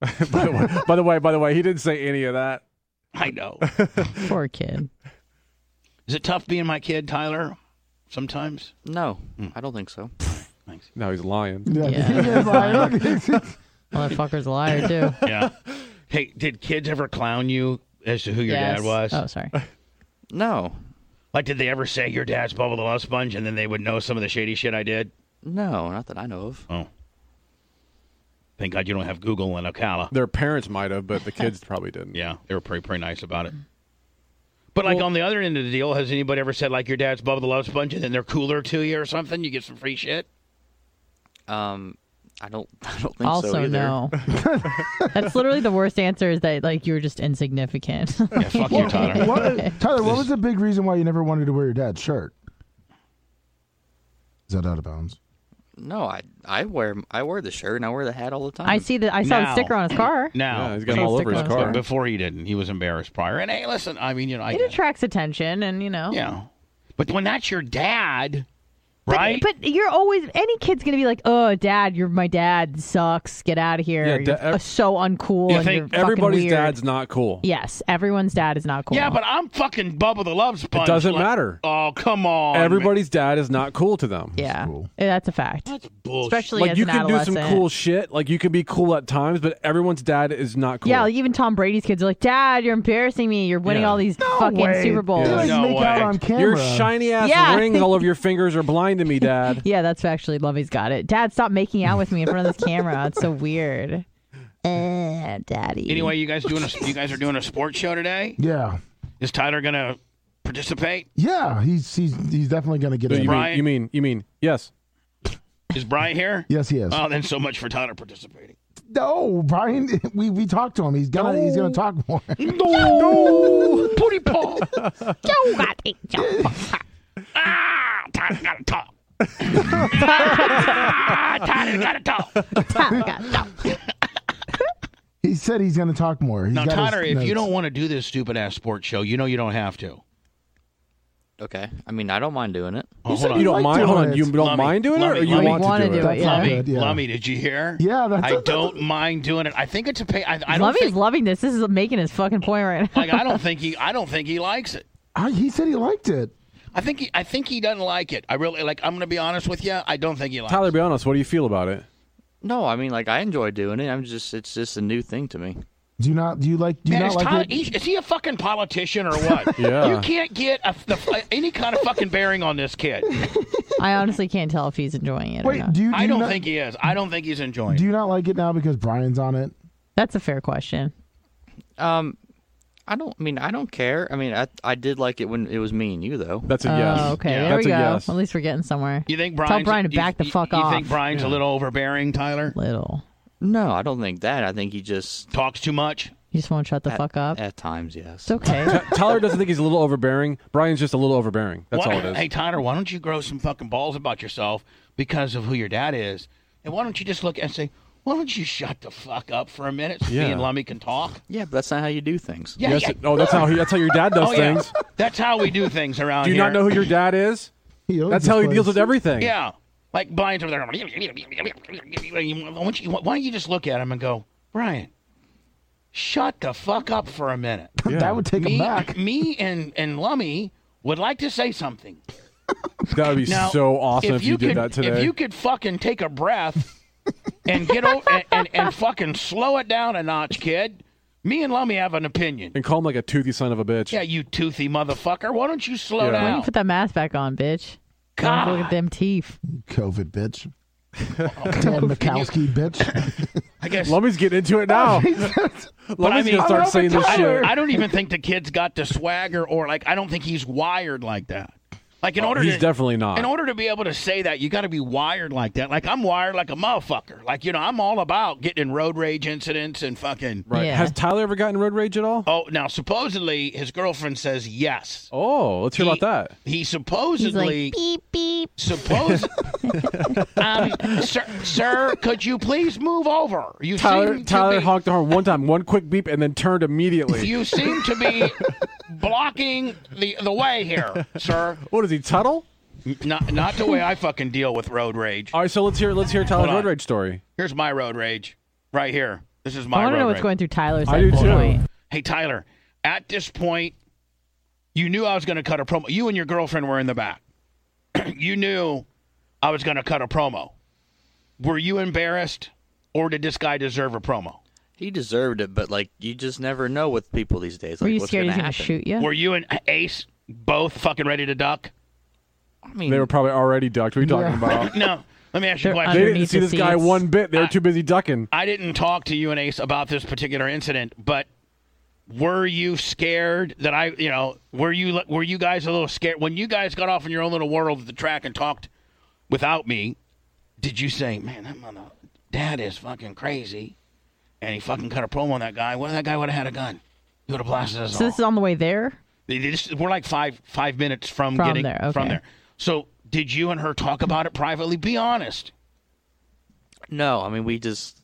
[SPEAKER 2] (laughs) by, the way, by the way, by the way, he didn't say any of that.
[SPEAKER 1] I know.
[SPEAKER 4] Poor kid.
[SPEAKER 1] Is it tough being my kid, Tyler? Sometimes.
[SPEAKER 5] No, I don't think so.
[SPEAKER 1] Thanks.
[SPEAKER 2] No, he's lying.
[SPEAKER 3] (laughs) Yeah. (laughs)
[SPEAKER 4] Yeah.
[SPEAKER 2] (laughs)
[SPEAKER 4] Motherfucker's a liar too.
[SPEAKER 1] Yeah. hey, did kids ever clown you as to who your
[SPEAKER 4] Yes.
[SPEAKER 1] dad was?
[SPEAKER 4] Oh, sorry.
[SPEAKER 5] No,
[SPEAKER 1] Like, did they ever say your dad's Bubble the Love Sponge, and then they would know some of the shady shit I did?
[SPEAKER 5] no, not that I know of.
[SPEAKER 1] Oh. Thank God you don't have Google and Ocala.
[SPEAKER 2] Their parents might have, but the kids probably didn't.
[SPEAKER 1] Yeah, they were pretty pretty nice about it. But like on the other end of the deal, has anybody ever said like your dad's Bubba the Love Sponge and then they're cooler to you or something? You get some free shit.
[SPEAKER 5] Um, I don't. (laughs) I don't think so
[SPEAKER 4] Also,
[SPEAKER 1] (laughs)
[SPEAKER 5] either.
[SPEAKER 4] no. That's literally the worst answer is that like you were just insignificant.
[SPEAKER 1] Yeah, fuck
[SPEAKER 4] (laughs)
[SPEAKER 1] you, Tyler.
[SPEAKER 3] What- Tyler, what was the big reason why you never wanted to wear your dad's shirt? Is that out of bounds?
[SPEAKER 5] No, I I wear I wear the shirt and I wear the hat all the time.
[SPEAKER 4] I see that I saw
[SPEAKER 1] Now.
[SPEAKER 4] the sticker on his car.
[SPEAKER 1] Now,
[SPEAKER 2] Yeah, he's got
[SPEAKER 4] Please
[SPEAKER 2] them all
[SPEAKER 4] stick
[SPEAKER 2] over his
[SPEAKER 4] on.
[SPEAKER 1] but
[SPEAKER 2] car.
[SPEAKER 1] before he didn't, he was embarrassed prior. And hey, listen, I mean, you know, I
[SPEAKER 4] It
[SPEAKER 1] get it.
[SPEAKER 4] attracts attention, and you know.
[SPEAKER 1] yeah, but when that's your dad,
[SPEAKER 4] But,
[SPEAKER 1] right?
[SPEAKER 4] but you're always any kid's gonna be like, "Oh, dad, you're my dad sucks. Get out of here.
[SPEAKER 2] Yeah,
[SPEAKER 4] you're
[SPEAKER 2] da- ev-
[SPEAKER 4] f- so uncool.
[SPEAKER 1] You
[SPEAKER 4] and
[SPEAKER 1] think
[SPEAKER 4] you're fucking
[SPEAKER 2] Everybody's
[SPEAKER 4] weird."
[SPEAKER 2] dad's not cool.
[SPEAKER 4] Yes, everyone's dad is not cool.
[SPEAKER 1] yeah, but I'm fucking Bubba the Love Sponge.
[SPEAKER 2] doesn't
[SPEAKER 1] like-
[SPEAKER 2] matter.
[SPEAKER 1] Oh come on, man.
[SPEAKER 2] Everybody's dad is not cool to them.
[SPEAKER 4] yeah,
[SPEAKER 3] cool.
[SPEAKER 4] Yeah, that's a fact.
[SPEAKER 1] That's bullshit.
[SPEAKER 4] Especially
[SPEAKER 2] Like
[SPEAKER 4] as
[SPEAKER 2] you
[SPEAKER 4] an
[SPEAKER 2] can do some
[SPEAKER 4] adolescent.
[SPEAKER 2] cool shit. Like you can be cool at times, but everyone's dad is not cool.
[SPEAKER 4] Yeah, like, even Tom Brady's kids are like, "Dad, you're embarrassing me. You're winning
[SPEAKER 2] Yeah.
[SPEAKER 4] all these fucking
[SPEAKER 3] way.
[SPEAKER 4] Super Bowls."
[SPEAKER 3] They like
[SPEAKER 4] Yeah.
[SPEAKER 1] No
[SPEAKER 3] make out
[SPEAKER 1] way.
[SPEAKER 3] on camera.
[SPEAKER 2] Your shiny ass
[SPEAKER 4] Yeah.
[SPEAKER 2] rings all over your fingers are blind to me,
[SPEAKER 4] (laughs)
[SPEAKER 2] Dad.
[SPEAKER 4] that's actually Lovey's got it. Dad, stop making out with me in front of this camera. It's so weird. (laughs) Uh, daddy.
[SPEAKER 1] Anyway, you guys doing a you guys are doing a sports show today.
[SPEAKER 3] Yeah.
[SPEAKER 1] Is Tyler gonna participate?
[SPEAKER 3] Yeah. He's he's he's definitely gonna get
[SPEAKER 2] you,
[SPEAKER 3] in.
[SPEAKER 2] mean,
[SPEAKER 1] Brian-
[SPEAKER 2] you mean you mean yes?
[SPEAKER 1] Oh, Is Brian
[SPEAKER 2] (laughs)
[SPEAKER 1] here?
[SPEAKER 3] Yes, he is.
[SPEAKER 2] uh,
[SPEAKER 1] Oh, then so much for Tyler participating.
[SPEAKER 3] no, Brian. (laughs) We we talked to him. He's gonna he's gonna talk more. (laughs)
[SPEAKER 1] No, booty paw.
[SPEAKER 4] Joe got it.
[SPEAKER 1] (laughs)
[SPEAKER 4] Joe.
[SPEAKER 1] Ah, Tyler gotta (laughs) talk. ah, Tyler gotta talk.
[SPEAKER 4] Tom got it.
[SPEAKER 3] He said he's gonna talk more. He's
[SPEAKER 1] Now,
[SPEAKER 3] got his
[SPEAKER 1] Tyler, if you
[SPEAKER 3] notes.
[SPEAKER 1] don't want to do this stupid ass sports show, you know you don't have to.
[SPEAKER 5] Okay, I mean I don't mind doing it.
[SPEAKER 1] Oh, hold on.
[SPEAKER 2] You don't
[SPEAKER 3] like
[SPEAKER 2] mind?
[SPEAKER 3] doing
[SPEAKER 2] Hold on.
[SPEAKER 3] it.
[SPEAKER 2] You don't
[SPEAKER 1] Lummi,
[SPEAKER 2] mind doing it, or
[SPEAKER 1] Lummi,
[SPEAKER 2] you
[SPEAKER 1] Lummi.
[SPEAKER 2] want
[SPEAKER 4] Wanna
[SPEAKER 2] to do
[SPEAKER 4] do
[SPEAKER 2] it?
[SPEAKER 4] it, yeah.
[SPEAKER 1] Lummy,
[SPEAKER 3] good, yeah.
[SPEAKER 1] Lummy, did you hear?
[SPEAKER 3] Yeah, that's-
[SPEAKER 1] I don't mind doing it. I think it's a pay. I, I don't
[SPEAKER 4] Lovey's
[SPEAKER 1] think,
[SPEAKER 4] loving this. This is making his fucking point right now.
[SPEAKER 1] like I don't think he. I don't think he likes it.
[SPEAKER 3] I, he said he liked it.
[SPEAKER 1] I think he. I think he doesn't like it. I really like. I'm gonna be honest with you. I don't think he likes.
[SPEAKER 2] Tyler,
[SPEAKER 1] it.
[SPEAKER 2] be honest. What do you feel about it?
[SPEAKER 5] No, I mean like I enjoy doing it. I'm just it's just a new thing to me.
[SPEAKER 3] Do you not? Do you like? Do you
[SPEAKER 1] Man,
[SPEAKER 3] not
[SPEAKER 1] is,
[SPEAKER 3] like
[SPEAKER 1] Tom-
[SPEAKER 3] it?
[SPEAKER 1] he- is he a fucking politician or (laughs) what?
[SPEAKER 2] Yeah.
[SPEAKER 1] You can't get a, the, any kind of fucking bearing on this (laughs) kid.
[SPEAKER 4] I honestly can't tell if he's enjoying it. or
[SPEAKER 3] Wait,
[SPEAKER 4] not.
[SPEAKER 3] do you? Do
[SPEAKER 1] I
[SPEAKER 3] you
[SPEAKER 1] don't
[SPEAKER 3] not,
[SPEAKER 1] think he is. I don't think he's enjoying.
[SPEAKER 3] Do
[SPEAKER 1] it.
[SPEAKER 3] you not like it now because Brian's on it?
[SPEAKER 4] That's a fair question.
[SPEAKER 5] Um, I don't I mean I don't care. I mean I I did like it when it was me and you though.
[SPEAKER 2] That's a yes.
[SPEAKER 4] Oh, okay.
[SPEAKER 1] Yeah.
[SPEAKER 4] There
[SPEAKER 2] That's
[SPEAKER 4] we
[SPEAKER 2] a
[SPEAKER 4] go.
[SPEAKER 2] yes.
[SPEAKER 4] At least we're getting somewhere.
[SPEAKER 1] You think
[SPEAKER 4] Tell
[SPEAKER 1] Brian's
[SPEAKER 4] Brian to
[SPEAKER 1] you-
[SPEAKER 4] back the
[SPEAKER 1] you-
[SPEAKER 4] fuck
[SPEAKER 1] you,
[SPEAKER 4] off.
[SPEAKER 1] think Brian's a little overbearing, Tyler?
[SPEAKER 4] Little.
[SPEAKER 5] No, I don't think that. I think he just
[SPEAKER 1] Talks too much.
[SPEAKER 4] You just won't shut the fuck up.
[SPEAKER 5] at times yes.
[SPEAKER 4] It's okay.
[SPEAKER 2] Tyler doesn't think he's a little overbearing. Brian's just a little overbearing. That's
[SPEAKER 1] Why-
[SPEAKER 2] all it is.
[SPEAKER 1] Hey Tyler, why don't you grow some fucking balls about yourself because of who your dad is, and why don't you just look and say, why don't you shut the fuck up for a minute? so Me
[SPEAKER 2] Yeah.
[SPEAKER 1] and Lummy can talk.
[SPEAKER 5] yeah, but that's not how you do things.
[SPEAKER 1] Yeah,
[SPEAKER 2] Yes,
[SPEAKER 1] yeah.
[SPEAKER 2] it- oh, that's how he, that's how your dad does
[SPEAKER 1] Oh, yeah.
[SPEAKER 2] things.
[SPEAKER 1] That's how we do things around
[SPEAKER 2] Do you
[SPEAKER 1] here.
[SPEAKER 2] not know who your dad is?
[SPEAKER 3] He owns
[SPEAKER 2] That's
[SPEAKER 3] this
[SPEAKER 2] how he
[SPEAKER 3] place.
[SPEAKER 2] deals
[SPEAKER 3] (laughs)
[SPEAKER 2] with everything.
[SPEAKER 1] Yeah, like Brian's over there. Why don't you, why don't you just look at him and go, Brian, shut the fuck up for a minute.
[SPEAKER 2] Yeah.
[SPEAKER 3] That would take
[SPEAKER 1] me,
[SPEAKER 3] him back.
[SPEAKER 1] me and and Lummy would like to say something.
[SPEAKER 2] That would be
[SPEAKER 1] Now,
[SPEAKER 2] so awesome if you,
[SPEAKER 1] could,
[SPEAKER 2] did that today.
[SPEAKER 1] If you could fucking take a breath and get over and, and, and fucking slow it down a notch, kid. Me and Lummy have an opinion.
[SPEAKER 2] and call him like a toothy son of a bitch.
[SPEAKER 1] Yeah, you toothy motherfucker. Why don't you slow
[SPEAKER 2] Yeah.
[SPEAKER 4] Why do you
[SPEAKER 1] down?
[SPEAKER 4] put that mask back on, bitch? Don't Look at them teeth.
[SPEAKER 3] COVID
[SPEAKER 1] (laughs)
[SPEAKER 3] bitch. Dan Mikowski bitch.
[SPEAKER 1] (laughs) I guess.
[SPEAKER 2] Lummy's getting into it now. (laughs)
[SPEAKER 1] but I
[SPEAKER 2] Lummy's
[SPEAKER 1] mean,
[SPEAKER 2] gonna start saying this
[SPEAKER 1] I
[SPEAKER 2] shit.
[SPEAKER 1] don't, I don't even think the kid's got the swagger, or like I don't think he's wired like that. Like in order,
[SPEAKER 2] Oh, He's
[SPEAKER 1] to,
[SPEAKER 2] definitely not.
[SPEAKER 1] in order to be able to say that, you got to be wired like that. Like I'm wired like a motherfucker. Like you know, I'm all about getting in road rage incidents and fucking.
[SPEAKER 2] right.
[SPEAKER 4] Yeah.
[SPEAKER 2] Has Tyler ever gotten road rage at all?
[SPEAKER 1] Oh, now supposedly his girlfriend says yes.
[SPEAKER 2] Oh, let's hear
[SPEAKER 1] He-
[SPEAKER 2] about that.
[SPEAKER 1] He
[SPEAKER 4] He's
[SPEAKER 1] supposedly
[SPEAKER 4] like beep beep. (laughs)
[SPEAKER 1] suppose. um, sir, sir, could you please move over? You
[SPEAKER 2] Tyler
[SPEAKER 1] seem
[SPEAKER 2] Tyler
[SPEAKER 1] to be,
[SPEAKER 2] honked the horn one time, one quick beep, and then turned
[SPEAKER 1] (laughs)
[SPEAKER 2] immediately.
[SPEAKER 1] You seem to be blocking the the way here, sir.
[SPEAKER 2] what is he, Tuttle?
[SPEAKER 1] Not not the way I fucking deal with road rage.
[SPEAKER 2] All right, so let's hear let's hear Tyler's
[SPEAKER 1] Hold on.
[SPEAKER 2] road rage story.
[SPEAKER 1] Here's my road rage, right here. This is
[SPEAKER 4] I
[SPEAKER 1] my
[SPEAKER 4] want to
[SPEAKER 1] road
[SPEAKER 4] know what's
[SPEAKER 1] rage.
[SPEAKER 4] going through Tyler's
[SPEAKER 2] I
[SPEAKER 4] head
[SPEAKER 2] do
[SPEAKER 4] at this
[SPEAKER 2] too.
[SPEAKER 4] point.
[SPEAKER 1] hey Tyler, at this point, you knew I was going to cut a promo. You and your girlfriend were in the back. (clears throat) you knew I was going to cut a promo. Were you embarrassed, or did this guy deserve a promo?
[SPEAKER 5] He deserved it, but like you just never know with people these days. Like
[SPEAKER 4] Were you
[SPEAKER 5] what's
[SPEAKER 4] scared he's
[SPEAKER 5] gonna
[SPEAKER 4] gonna
[SPEAKER 5] happen?
[SPEAKER 4] shoot you?
[SPEAKER 1] Were you and Ace both fucking ready to duck? (clears throat)
[SPEAKER 5] I mean,
[SPEAKER 2] They were probably already ducked. What are you
[SPEAKER 1] (laughs)
[SPEAKER 2] talking about?
[SPEAKER 1] No. Let me ask you a
[SPEAKER 4] They're
[SPEAKER 1] question.
[SPEAKER 2] They didn't
[SPEAKER 4] Underneath
[SPEAKER 2] see
[SPEAKER 4] the
[SPEAKER 2] this guy
[SPEAKER 4] seats.
[SPEAKER 2] one bit. They were too busy ducking.
[SPEAKER 1] I didn't talk to you and Ace about this particular incident, but were you scared that I, you know, were you were you guys a little scared when you guys got off in your own little world of the track and talked without me? Did you say, "Man, that mother dad is fucking crazy," and he fucking cut a promo on that guy? What if that guy would have had a gun? He would have blasted us
[SPEAKER 4] So
[SPEAKER 1] all.
[SPEAKER 4] this is on the way there.
[SPEAKER 1] They- they just- we're like five five minutes from,
[SPEAKER 4] From
[SPEAKER 1] getting
[SPEAKER 4] there,
[SPEAKER 1] from
[SPEAKER 4] okay.
[SPEAKER 1] there. So, did you and her talk about it privately? Be honest.
[SPEAKER 5] no. I mean, we just,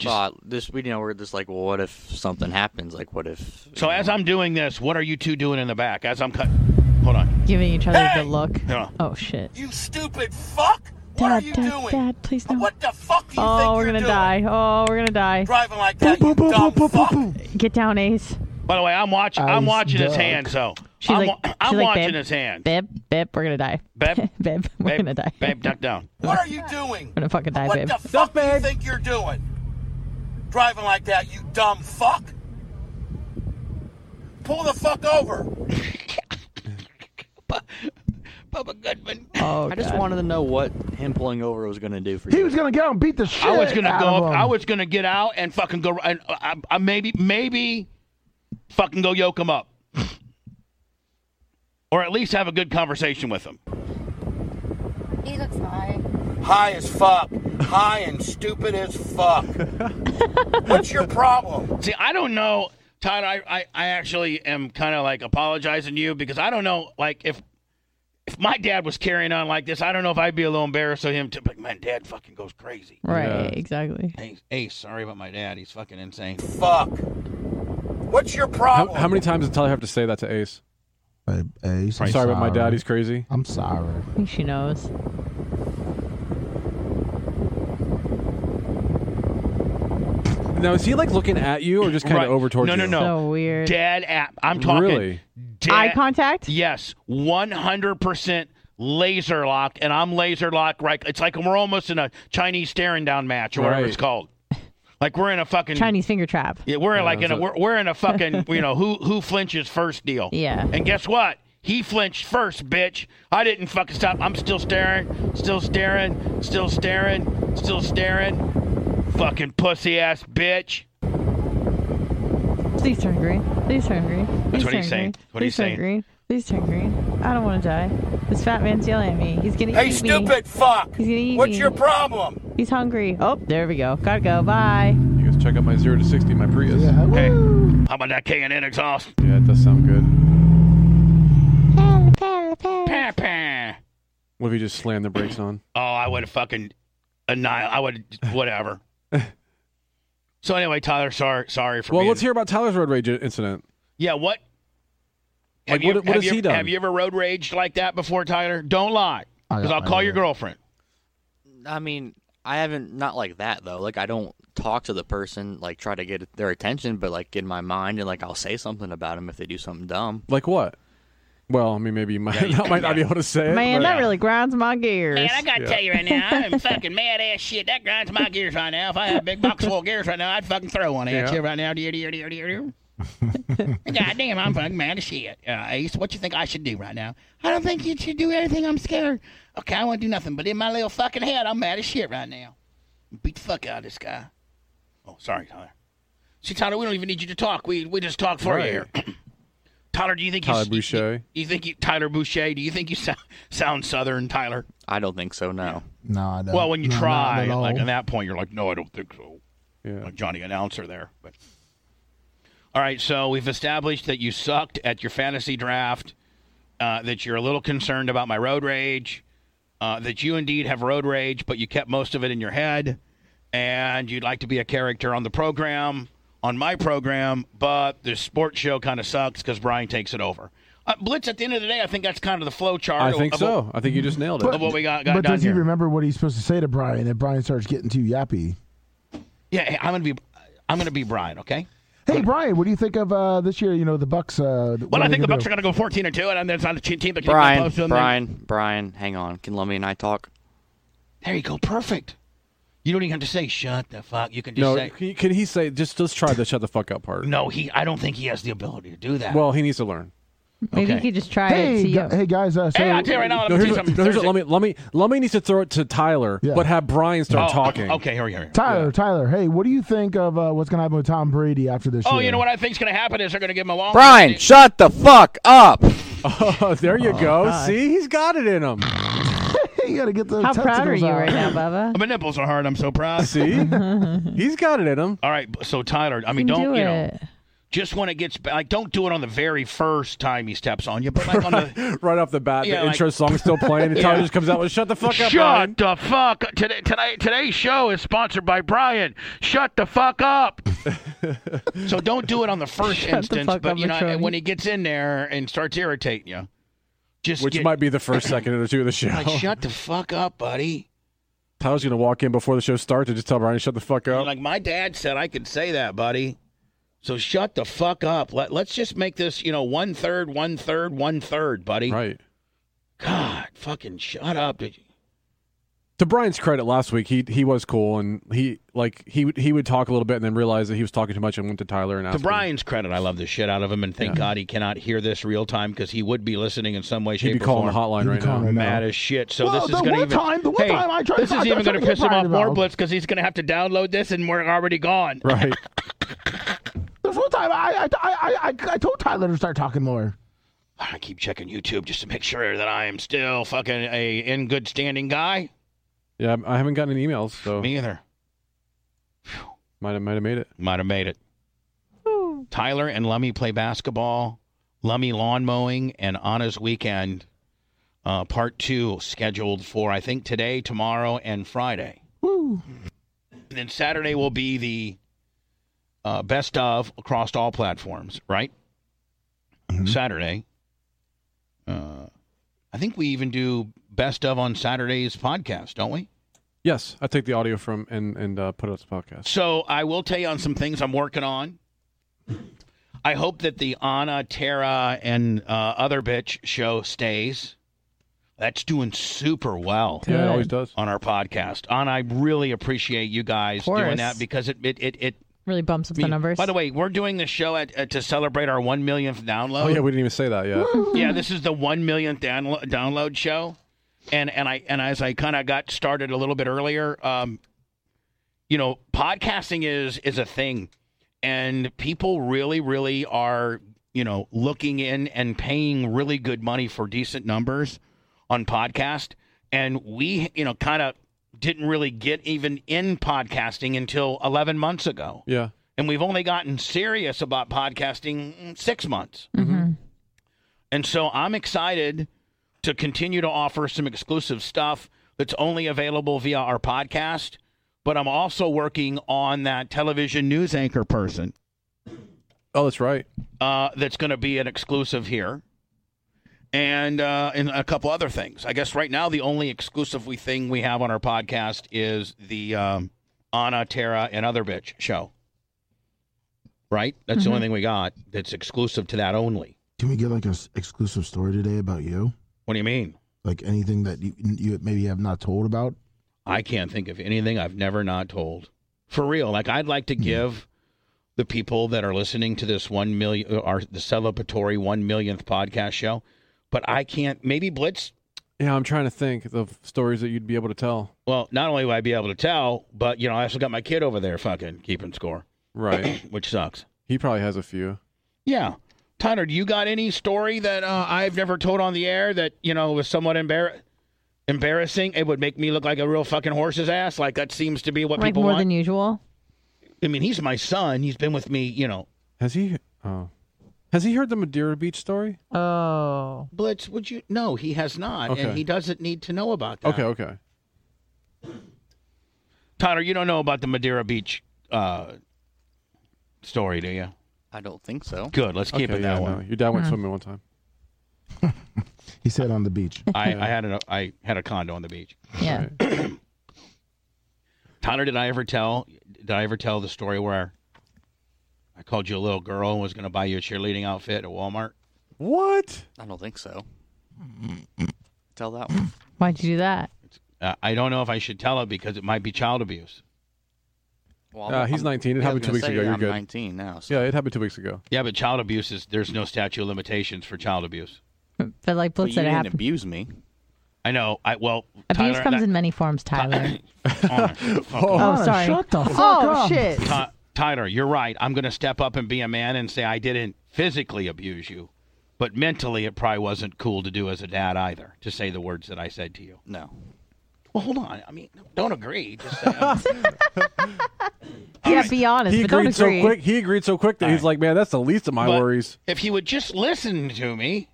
[SPEAKER 5] thought this. We you know we're just like, well, what if something happens? Like, what if?
[SPEAKER 1] So, as I'm doing this, what are you two doing in the back? As I'm cut, hold on.
[SPEAKER 4] giving each other the look.
[SPEAKER 1] Yeah.
[SPEAKER 4] Oh shit!
[SPEAKER 6] You stupid fuck! What
[SPEAKER 4] dad,
[SPEAKER 6] are you
[SPEAKER 4] dad,
[SPEAKER 6] doing?
[SPEAKER 4] dad, please no!
[SPEAKER 6] What the fuck do you think
[SPEAKER 4] oh, we're
[SPEAKER 6] you're
[SPEAKER 4] gonna
[SPEAKER 6] doing?
[SPEAKER 4] die! Oh, we're gonna die!
[SPEAKER 6] Driving like that, you dumb fuck.
[SPEAKER 4] Get down, Ace.
[SPEAKER 1] By the way, I'm watching. I'm
[SPEAKER 3] Ice
[SPEAKER 1] watching his
[SPEAKER 3] duck.
[SPEAKER 1] hand. So
[SPEAKER 4] She's
[SPEAKER 1] I'm,
[SPEAKER 4] like,
[SPEAKER 1] wa-
[SPEAKER 4] she's
[SPEAKER 1] I'm
[SPEAKER 4] like,
[SPEAKER 1] watching
[SPEAKER 4] babe,
[SPEAKER 1] his hand.
[SPEAKER 4] Bib, bib, we're gonna die. (laughs)
[SPEAKER 1] Babe,
[SPEAKER 4] bib, we're
[SPEAKER 1] babe,
[SPEAKER 4] gonna die.
[SPEAKER 1] Babe, duck down.
[SPEAKER 6] What are you doing?
[SPEAKER 4] (laughs) We're gonna fucking die,
[SPEAKER 6] what
[SPEAKER 4] babe.
[SPEAKER 6] the fuck do you think you're doing? Driving like that, you dumb fuck. Pull the fuck over.
[SPEAKER 1] Bubba Goodman.
[SPEAKER 4] Oh,
[SPEAKER 5] I just
[SPEAKER 4] God.
[SPEAKER 5] wanted to know what him pulling over was going to do for you.
[SPEAKER 3] He was gonna go and beat the shit.
[SPEAKER 1] I was gonna
[SPEAKER 3] out
[SPEAKER 1] go.
[SPEAKER 3] of
[SPEAKER 1] Up,
[SPEAKER 3] him.
[SPEAKER 1] I was gonna get out and fucking go. And uh, I, I maybe, maybe, fucking go yoke him up, (laughs) or at least have a good conversation with him.
[SPEAKER 7] He looks high.
[SPEAKER 6] High as fuck. High and stupid as fuck. What's your problem?
[SPEAKER 1] See, I don't know, Todd. I, I, I actually am kind of like apologizing to you because I don't know, like if if my dad was carrying on like this, I don't know if I'd be a little embarrassed of him. To like, man, dad fucking goes crazy.
[SPEAKER 4] Right,
[SPEAKER 2] Yeah.
[SPEAKER 4] exactly.
[SPEAKER 1] Hey, Ace, sorry about my dad. He's fucking insane.
[SPEAKER 6] Fuck. What's your
[SPEAKER 2] How,
[SPEAKER 6] problem?
[SPEAKER 2] how many times did Tyler have to say that to Ace?
[SPEAKER 3] Babe, hey,
[SPEAKER 2] I'm
[SPEAKER 3] I'm
[SPEAKER 2] sorry, but my
[SPEAKER 3] Um,
[SPEAKER 2] daddy's crazy.
[SPEAKER 3] I'm sorry.
[SPEAKER 4] I think she knows.
[SPEAKER 2] Now is he like looking at you or just kind
[SPEAKER 1] Right.
[SPEAKER 2] of over towards
[SPEAKER 1] No,
[SPEAKER 2] you?
[SPEAKER 1] no, no.
[SPEAKER 4] So weird.
[SPEAKER 1] Dad app. I'm talking.
[SPEAKER 2] Really?
[SPEAKER 1] Dad,
[SPEAKER 4] Eye contact.
[SPEAKER 1] Yes, 100% laser lock, and I'm laser lock. Right, it's like we're almost in a Chinese staring down match or whatever
[SPEAKER 2] Right.
[SPEAKER 1] it's called. Like we're in a fucking
[SPEAKER 4] Chinese finger trap.
[SPEAKER 1] Yeah, we're in like in a
[SPEAKER 2] that's
[SPEAKER 1] we're, we're in a fucking you know who who flinches first deal.
[SPEAKER 4] Yeah.
[SPEAKER 1] And guess what? He flinched first, bitch. I didn't fucking stop. I'm still staring, still staring, still staring, still staring. Fucking pussy ass bitch.
[SPEAKER 4] Please turn green. Please turn green. Please
[SPEAKER 1] what
[SPEAKER 4] turn
[SPEAKER 1] he's saying.
[SPEAKER 4] green.
[SPEAKER 1] That's what he's
[SPEAKER 4] Please turn
[SPEAKER 1] saying.
[SPEAKER 4] green. Please turn green. I don't want to die. This fat man's yelling at me. He's gonna
[SPEAKER 6] Hey,
[SPEAKER 4] eat me.
[SPEAKER 6] stupid fuck!
[SPEAKER 4] He's gonna eat
[SPEAKER 6] What's
[SPEAKER 4] me.
[SPEAKER 6] your problem?
[SPEAKER 4] He's hungry. Oh, there we go. Gotta go. Bye.
[SPEAKER 2] You guys check out my zero to sixty, my Prius.
[SPEAKER 3] Yeah,
[SPEAKER 2] Yeah,
[SPEAKER 3] how-
[SPEAKER 1] Hey, how about that K and N exhaust?
[SPEAKER 2] it does sound good.
[SPEAKER 1] Pah, pah.
[SPEAKER 2] What if you just slam the brakes on?
[SPEAKER 1] Oh, I would have fucking annihil. I would
[SPEAKER 2] (sighs)
[SPEAKER 1] whatever. so anyway, Tyler, sorry, sorry for.
[SPEAKER 2] Well,
[SPEAKER 1] being-
[SPEAKER 2] let's hear about Tyler's road rage incident.
[SPEAKER 1] Yeah, what?
[SPEAKER 2] Like,
[SPEAKER 1] you-
[SPEAKER 2] what- what has
[SPEAKER 1] you,
[SPEAKER 2] he done?
[SPEAKER 1] Have you ever road raged like that before, Tyler? Don't lie,
[SPEAKER 3] I-
[SPEAKER 1] because I'll
[SPEAKER 3] I
[SPEAKER 1] call your
[SPEAKER 3] will.
[SPEAKER 1] girlfriend.
[SPEAKER 5] I mean, I haven't not like that though. Like I don't talk to the person, like try to get their attention, but like in my mind and like I'll say something about them if they do something dumb.
[SPEAKER 2] Like what? Well, I mean, maybe you might,
[SPEAKER 1] you-
[SPEAKER 2] that might not be
[SPEAKER 1] yeah.
[SPEAKER 2] able to say it.
[SPEAKER 4] Man,
[SPEAKER 2] but-
[SPEAKER 4] that really grinds my gears.
[SPEAKER 1] Man, I gotta tell you right now,
[SPEAKER 2] (laughs)
[SPEAKER 1] I'm fucking mad ass shit. That grinds my gears right now. If I had a big box full of gears right now, I'd fucking throw one at
[SPEAKER 2] Yeah.
[SPEAKER 1] you right now. Dear, dear, dear, dear, dear.
[SPEAKER 2] (laughs)
[SPEAKER 1] God damn, I'm fucking mad as shit. Uh, Ace, what you think I should do right now? I don't think you should do anything. I'm scared. Okay, I won't do nothing, but in my little fucking head, I'm mad as shit right now. Beat the fuck out of this guy. Oh, sorry, Tyler. See, Tyler, we don't even need you to talk. We we just talk for
[SPEAKER 2] Right.
[SPEAKER 1] you here. (clears throat) Tyler, do you think
[SPEAKER 2] Tyler
[SPEAKER 1] you,
[SPEAKER 2] Boucher.
[SPEAKER 1] You, you think you Tyler Boucher? Do you think you sound, sound Southern, Tyler?
[SPEAKER 5] I don't think so. No.
[SPEAKER 3] No, I don't.
[SPEAKER 1] Well, when you
[SPEAKER 3] No, not
[SPEAKER 1] try,
[SPEAKER 3] at all.
[SPEAKER 1] like at that point, you're like, no, I don't think so.
[SPEAKER 2] Yeah.
[SPEAKER 1] Like Johnny announcer there. But all right, so we've established that you sucked at your fantasy draft. Uh, that you're a little concerned about my road rage. Uh, that you indeed have road rage, but you kept most of it in your head, and you'd like to be a character on the program, on my program. But the sports show kind of sucks because Brian takes it over. Uh, Blitz. At the end of the day, I think that's kind of the flow chart.
[SPEAKER 2] I
[SPEAKER 1] of-
[SPEAKER 2] think
[SPEAKER 1] of what-
[SPEAKER 2] so. I think you just nailed
[SPEAKER 1] Of
[SPEAKER 2] it.
[SPEAKER 1] what we got, got
[SPEAKER 3] but
[SPEAKER 1] done
[SPEAKER 3] does he
[SPEAKER 1] here.
[SPEAKER 3] remember what he's supposed to say to Brian if Brian starts getting too yappy?
[SPEAKER 1] Yeah, hey, I'm gonna be, I'm gonna be Brian. Okay.
[SPEAKER 3] Hey, Brian, what do you think of uh, this year? You know, the Bucks. Uh,
[SPEAKER 1] Well, I think the Bucks are going to go 14 and two, and then it's on the team that can
[SPEAKER 5] Brian,
[SPEAKER 1] close to them.
[SPEAKER 5] Brian, Brian, hang on. Can Lummy and I talk?
[SPEAKER 1] There you go, perfect. You don't even have to say shut the fuck. You can just
[SPEAKER 2] No,
[SPEAKER 1] say
[SPEAKER 2] can, can he say just let's try the shut the fuck
[SPEAKER 1] (laughs)
[SPEAKER 2] up part?
[SPEAKER 1] no. He, I don't think he has the ability to do that.
[SPEAKER 2] Well, he needs to learn.
[SPEAKER 4] Maybe
[SPEAKER 1] Okay.
[SPEAKER 4] you could just try it
[SPEAKER 3] Hey,
[SPEAKER 4] to
[SPEAKER 3] gu-
[SPEAKER 4] you.
[SPEAKER 3] hey guys. Uh, so,
[SPEAKER 1] hey, I'll tell you right now. I'm
[SPEAKER 2] No,
[SPEAKER 1] gonna
[SPEAKER 2] here's
[SPEAKER 1] say
[SPEAKER 2] what,
[SPEAKER 1] something
[SPEAKER 2] no, here's what
[SPEAKER 1] Thursday.
[SPEAKER 2] Lummy, Lummy, Lummy needs to throw it to Tyler,
[SPEAKER 3] Yeah.
[SPEAKER 2] but have Brian start
[SPEAKER 1] Oh,
[SPEAKER 2] talking.
[SPEAKER 1] Okay, here we go. here we go.
[SPEAKER 3] Tyler, Tyler, hey, what do you think of uh, what's going to happen with Tom Brady after this
[SPEAKER 1] Oh,
[SPEAKER 3] year?
[SPEAKER 1] you know what I think's going to happen is they're going to give him a long.
[SPEAKER 5] Brian, shut the fuck up.
[SPEAKER 2] (laughs) Oh, there you go. See, he's got it in him.
[SPEAKER 3] you got to get the
[SPEAKER 4] How proud are you right
[SPEAKER 1] (laughs)
[SPEAKER 4] now, Bubba?
[SPEAKER 1] my nipples are hard. I'm so proud.
[SPEAKER 3] (laughs)
[SPEAKER 2] See, he's got it in him.
[SPEAKER 1] All right, so Tyler, I mean,
[SPEAKER 4] You
[SPEAKER 1] don't
[SPEAKER 4] can
[SPEAKER 1] you
[SPEAKER 4] do
[SPEAKER 1] know?
[SPEAKER 4] it.
[SPEAKER 1] Just when it gets ba- like, don't do it on the very first time he steps on you, but like on
[SPEAKER 2] (laughs)
[SPEAKER 1] the
[SPEAKER 2] Right off the bat,
[SPEAKER 1] Yeah,
[SPEAKER 2] the
[SPEAKER 1] like-
[SPEAKER 2] intro song's still playing,
[SPEAKER 1] (laughs)
[SPEAKER 2] and Tyler just comes out with "Shut the fuck up, Brian."
[SPEAKER 1] Shut the fuck up. Today, today, today's show is sponsored by Brian. Shut the fuck
[SPEAKER 4] (laughs)
[SPEAKER 1] up. so don't do it on the first
[SPEAKER 4] the
[SPEAKER 1] instance,
[SPEAKER 4] fuck
[SPEAKER 1] but
[SPEAKER 4] up,
[SPEAKER 1] you know,
[SPEAKER 4] Matroni.
[SPEAKER 1] when he gets in there and starts irritating you, just
[SPEAKER 2] Which
[SPEAKER 1] get,
[SPEAKER 2] might be the first second or two of the
[SPEAKER 1] (laughs)
[SPEAKER 2] show. (laughs)
[SPEAKER 1] like, shut the fuck up, buddy.
[SPEAKER 2] Tyler's gonna walk in before the show starts and just tell Brian, "Shut the fuck up."
[SPEAKER 1] Like my dad said, I could say that, buddy. So shut the fuck up. Let, let's just make this, you know, one third, one third, one third, buddy.
[SPEAKER 2] right.
[SPEAKER 1] God, fucking shut up. Did you?
[SPEAKER 2] To Brian's credit, last week he he was cool, and he like he would- he would talk a little bit, and then realize that he was talking too much, and went to Tyler and asked.
[SPEAKER 1] To
[SPEAKER 2] him.
[SPEAKER 1] Brian's credit, I love the shit out of him, and thank God he cannot hear this real time because he would be listening in some way,
[SPEAKER 2] he'd
[SPEAKER 1] shape,
[SPEAKER 2] be
[SPEAKER 1] or
[SPEAKER 2] calling the
[SPEAKER 1] form.
[SPEAKER 2] hotline
[SPEAKER 3] He'd be
[SPEAKER 2] right
[SPEAKER 3] calling
[SPEAKER 2] now.
[SPEAKER 3] right
[SPEAKER 1] Mad as shit. So
[SPEAKER 3] Well,
[SPEAKER 1] this
[SPEAKER 3] the
[SPEAKER 1] is going to
[SPEAKER 3] one
[SPEAKER 1] even.
[SPEAKER 3] time- the one
[SPEAKER 1] hey,
[SPEAKER 3] time I tried-
[SPEAKER 1] this
[SPEAKER 3] I
[SPEAKER 1] is
[SPEAKER 3] tried
[SPEAKER 1] even
[SPEAKER 3] to
[SPEAKER 1] going to
[SPEAKER 3] get
[SPEAKER 1] piss him
[SPEAKER 3] Brian
[SPEAKER 1] off more,
[SPEAKER 3] involved.
[SPEAKER 1] Blitz, because he's going to have to download this, and we're already gone.
[SPEAKER 2] Right.
[SPEAKER 3] There's one time I I, I, I I told Tyler to start talking more.
[SPEAKER 1] I keep checking YouTube just to make sure that I am still fucking a in good standing guy.
[SPEAKER 2] Yeah, I haven't gotten any emails, so
[SPEAKER 1] Me either.
[SPEAKER 2] might have might have made it.
[SPEAKER 1] Might have made it. Tyler and Lummy play basketball. Lummy lawn mowing and Anna's weekend. Uh, part two scheduled for I think today, tomorrow, and Friday.
[SPEAKER 3] Woo.
[SPEAKER 1] And then Saturday will be the uh, best of across all platforms, right? Saturday. Uh, I think we even do best of on Saturday's podcast, don't we?
[SPEAKER 2] Yes, I take the audio from and and uh, put it as a podcast.
[SPEAKER 1] So I will tell you on some things I'm working on. I hope that the Anna, Tara, and uh, other bitch show stays. That's doing super well
[SPEAKER 2] Yeah, it always does.
[SPEAKER 1] on our podcast. And I really appreciate you guys doing
[SPEAKER 4] course.
[SPEAKER 1] that because it it it, it
[SPEAKER 4] Really bumps up the numbers.
[SPEAKER 1] By the way, we're doing the show at, at to celebrate our one millionth download.
[SPEAKER 2] Oh yeah, we didn't even say that yet.
[SPEAKER 1] yeah, this is the one millionth download download show, and and I and as I kind of got started a little bit earlier, um, you know, podcasting is is a thing, and people really really are you know looking in and paying really good money for decent numbers on podcast, and we you know kind of didn't really get even in podcasting until 11 months ago
[SPEAKER 2] yeah.
[SPEAKER 1] and we've only gotten serious about podcasting mm, six months. And so I'm excited to continue to offer some exclusive stuff that's only available via our podcast. But I'm also working on that television news anchor person
[SPEAKER 2] Oh, that's right.
[SPEAKER 1] uh, that's going to be an exclusive here, and uh, and a couple other things. I guess right now the only exclusive we thing we have on our podcast is the um, Anna Tara and other bitch show. Right, that's the only thing we got that's exclusive to that only.
[SPEAKER 3] Can we get like an exclusive story today about you?
[SPEAKER 1] What do you mean?
[SPEAKER 3] Like anything that you, you maybe have not told about?
[SPEAKER 1] I can't think of anything I've never not told. For real, like I'd like to give the people that are listening to this one million, uh, our the celebratory one millionth podcast show, but I can't. Maybe Blitz
[SPEAKER 2] Yeah, I'm trying to think the f- stories that you'd be able to tell.
[SPEAKER 1] Well, not only will I be able to tell, but you know, I also got my kid over there fucking keeping score, (clears throat)
[SPEAKER 2] Right.
[SPEAKER 1] which sucks.
[SPEAKER 2] he probably has a few.
[SPEAKER 1] Yeah. Tyler, do you got any story that uh, I've never told on the air that, you know, was somewhat embar- embarrassing? It would make me look like a real fucking horse's ass. Like that seems to be what
[SPEAKER 4] like
[SPEAKER 1] people
[SPEAKER 4] more
[SPEAKER 1] want.
[SPEAKER 4] than usual.
[SPEAKER 1] I mean, he's my son. He's been with me, you know.
[SPEAKER 2] Has he? Oh, has he heard the Madeira Beach story?
[SPEAKER 4] Oh.
[SPEAKER 1] Blitz, would you? No, he has not.
[SPEAKER 2] Okay.
[SPEAKER 1] And he doesn't need to know about that.
[SPEAKER 2] Okay, okay.
[SPEAKER 1] Tyler, you don't know about the Madeira Beach uh, story, do you?
[SPEAKER 5] I don't think so.
[SPEAKER 1] Good. Let's keep
[SPEAKER 2] okay,
[SPEAKER 1] it that
[SPEAKER 2] yeah,
[SPEAKER 1] way.
[SPEAKER 2] no, Your dad went swimming one time.
[SPEAKER 3] He said on the beach.
[SPEAKER 4] (laughs)
[SPEAKER 1] I, I had a, I had a condo on the beach.
[SPEAKER 4] Yeah.
[SPEAKER 1] Tyler, did I ever tell? Did I ever tell the story where I called you a little girl and was going to buy you a cheerleading outfit at Walmart?
[SPEAKER 2] What?
[SPEAKER 5] I don't think so. Tell that one.
[SPEAKER 4] (clears throat) Why'd you do that?
[SPEAKER 1] Uh, I don't know if I should tell it because it might be child abuse.
[SPEAKER 5] Well,
[SPEAKER 2] Uh, he's 19. It
[SPEAKER 5] yeah, I
[SPEAKER 2] happened
[SPEAKER 5] was
[SPEAKER 2] two
[SPEAKER 5] gonna
[SPEAKER 2] weeks
[SPEAKER 5] say,
[SPEAKER 2] ago.
[SPEAKER 5] yeah,
[SPEAKER 2] You're
[SPEAKER 5] I'm
[SPEAKER 2] good.
[SPEAKER 5] 19 now. So.
[SPEAKER 2] Yeah, it happened two weeks ago.
[SPEAKER 1] Yeah, but child abuse is there's no statute of limitations for child abuse.
[SPEAKER 4] But like
[SPEAKER 5] But
[SPEAKER 4] Blitz
[SPEAKER 5] you
[SPEAKER 4] said, it
[SPEAKER 5] didn't
[SPEAKER 4] happened.
[SPEAKER 5] abuse me.
[SPEAKER 1] I know. I well,
[SPEAKER 4] Abuse
[SPEAKER 1] Tyler,
[SPEAKER 4] comes
[SPEAKER 1] that-
[SPEAKER 4] in many
[SPEAKER 1] (coughs)
[SPEAKER 4] forms, Tyler.
[SPEAKER 1] oh.
[SPEAKER 4] oh, sorry.
[SPEAKER 3] shut the fuck
[SPEAKER 4] oh,
[SPEAKER 3] up.
[SPEAKER 4] shit.
[SPEAKER 1] Ty- Tyler, you're right. I'm going to step up and be a man and say I didn't physically abuse you, but mentally it probably wasn't cool to do as a dad either to say the words that I said to you.
[SPEAKER 5] No.
[SPEAKER 1] Well, hold on. I mean, don't agree. Just say, um,
[SPEAKER 4] Yeah, be honest,
[SPEAKER 2] He
[SPEAKER 4] but don't
[SPEAKER 2] agreed so
[SPEAKER 4] agree.
[SPEAKER 2] quick. He agreed so quick that he's like, man, that's the least of my
[SPEAKER 1] But-
[SPEAKER 2] worries.
[SPEAKER 1] if you would just listen to me.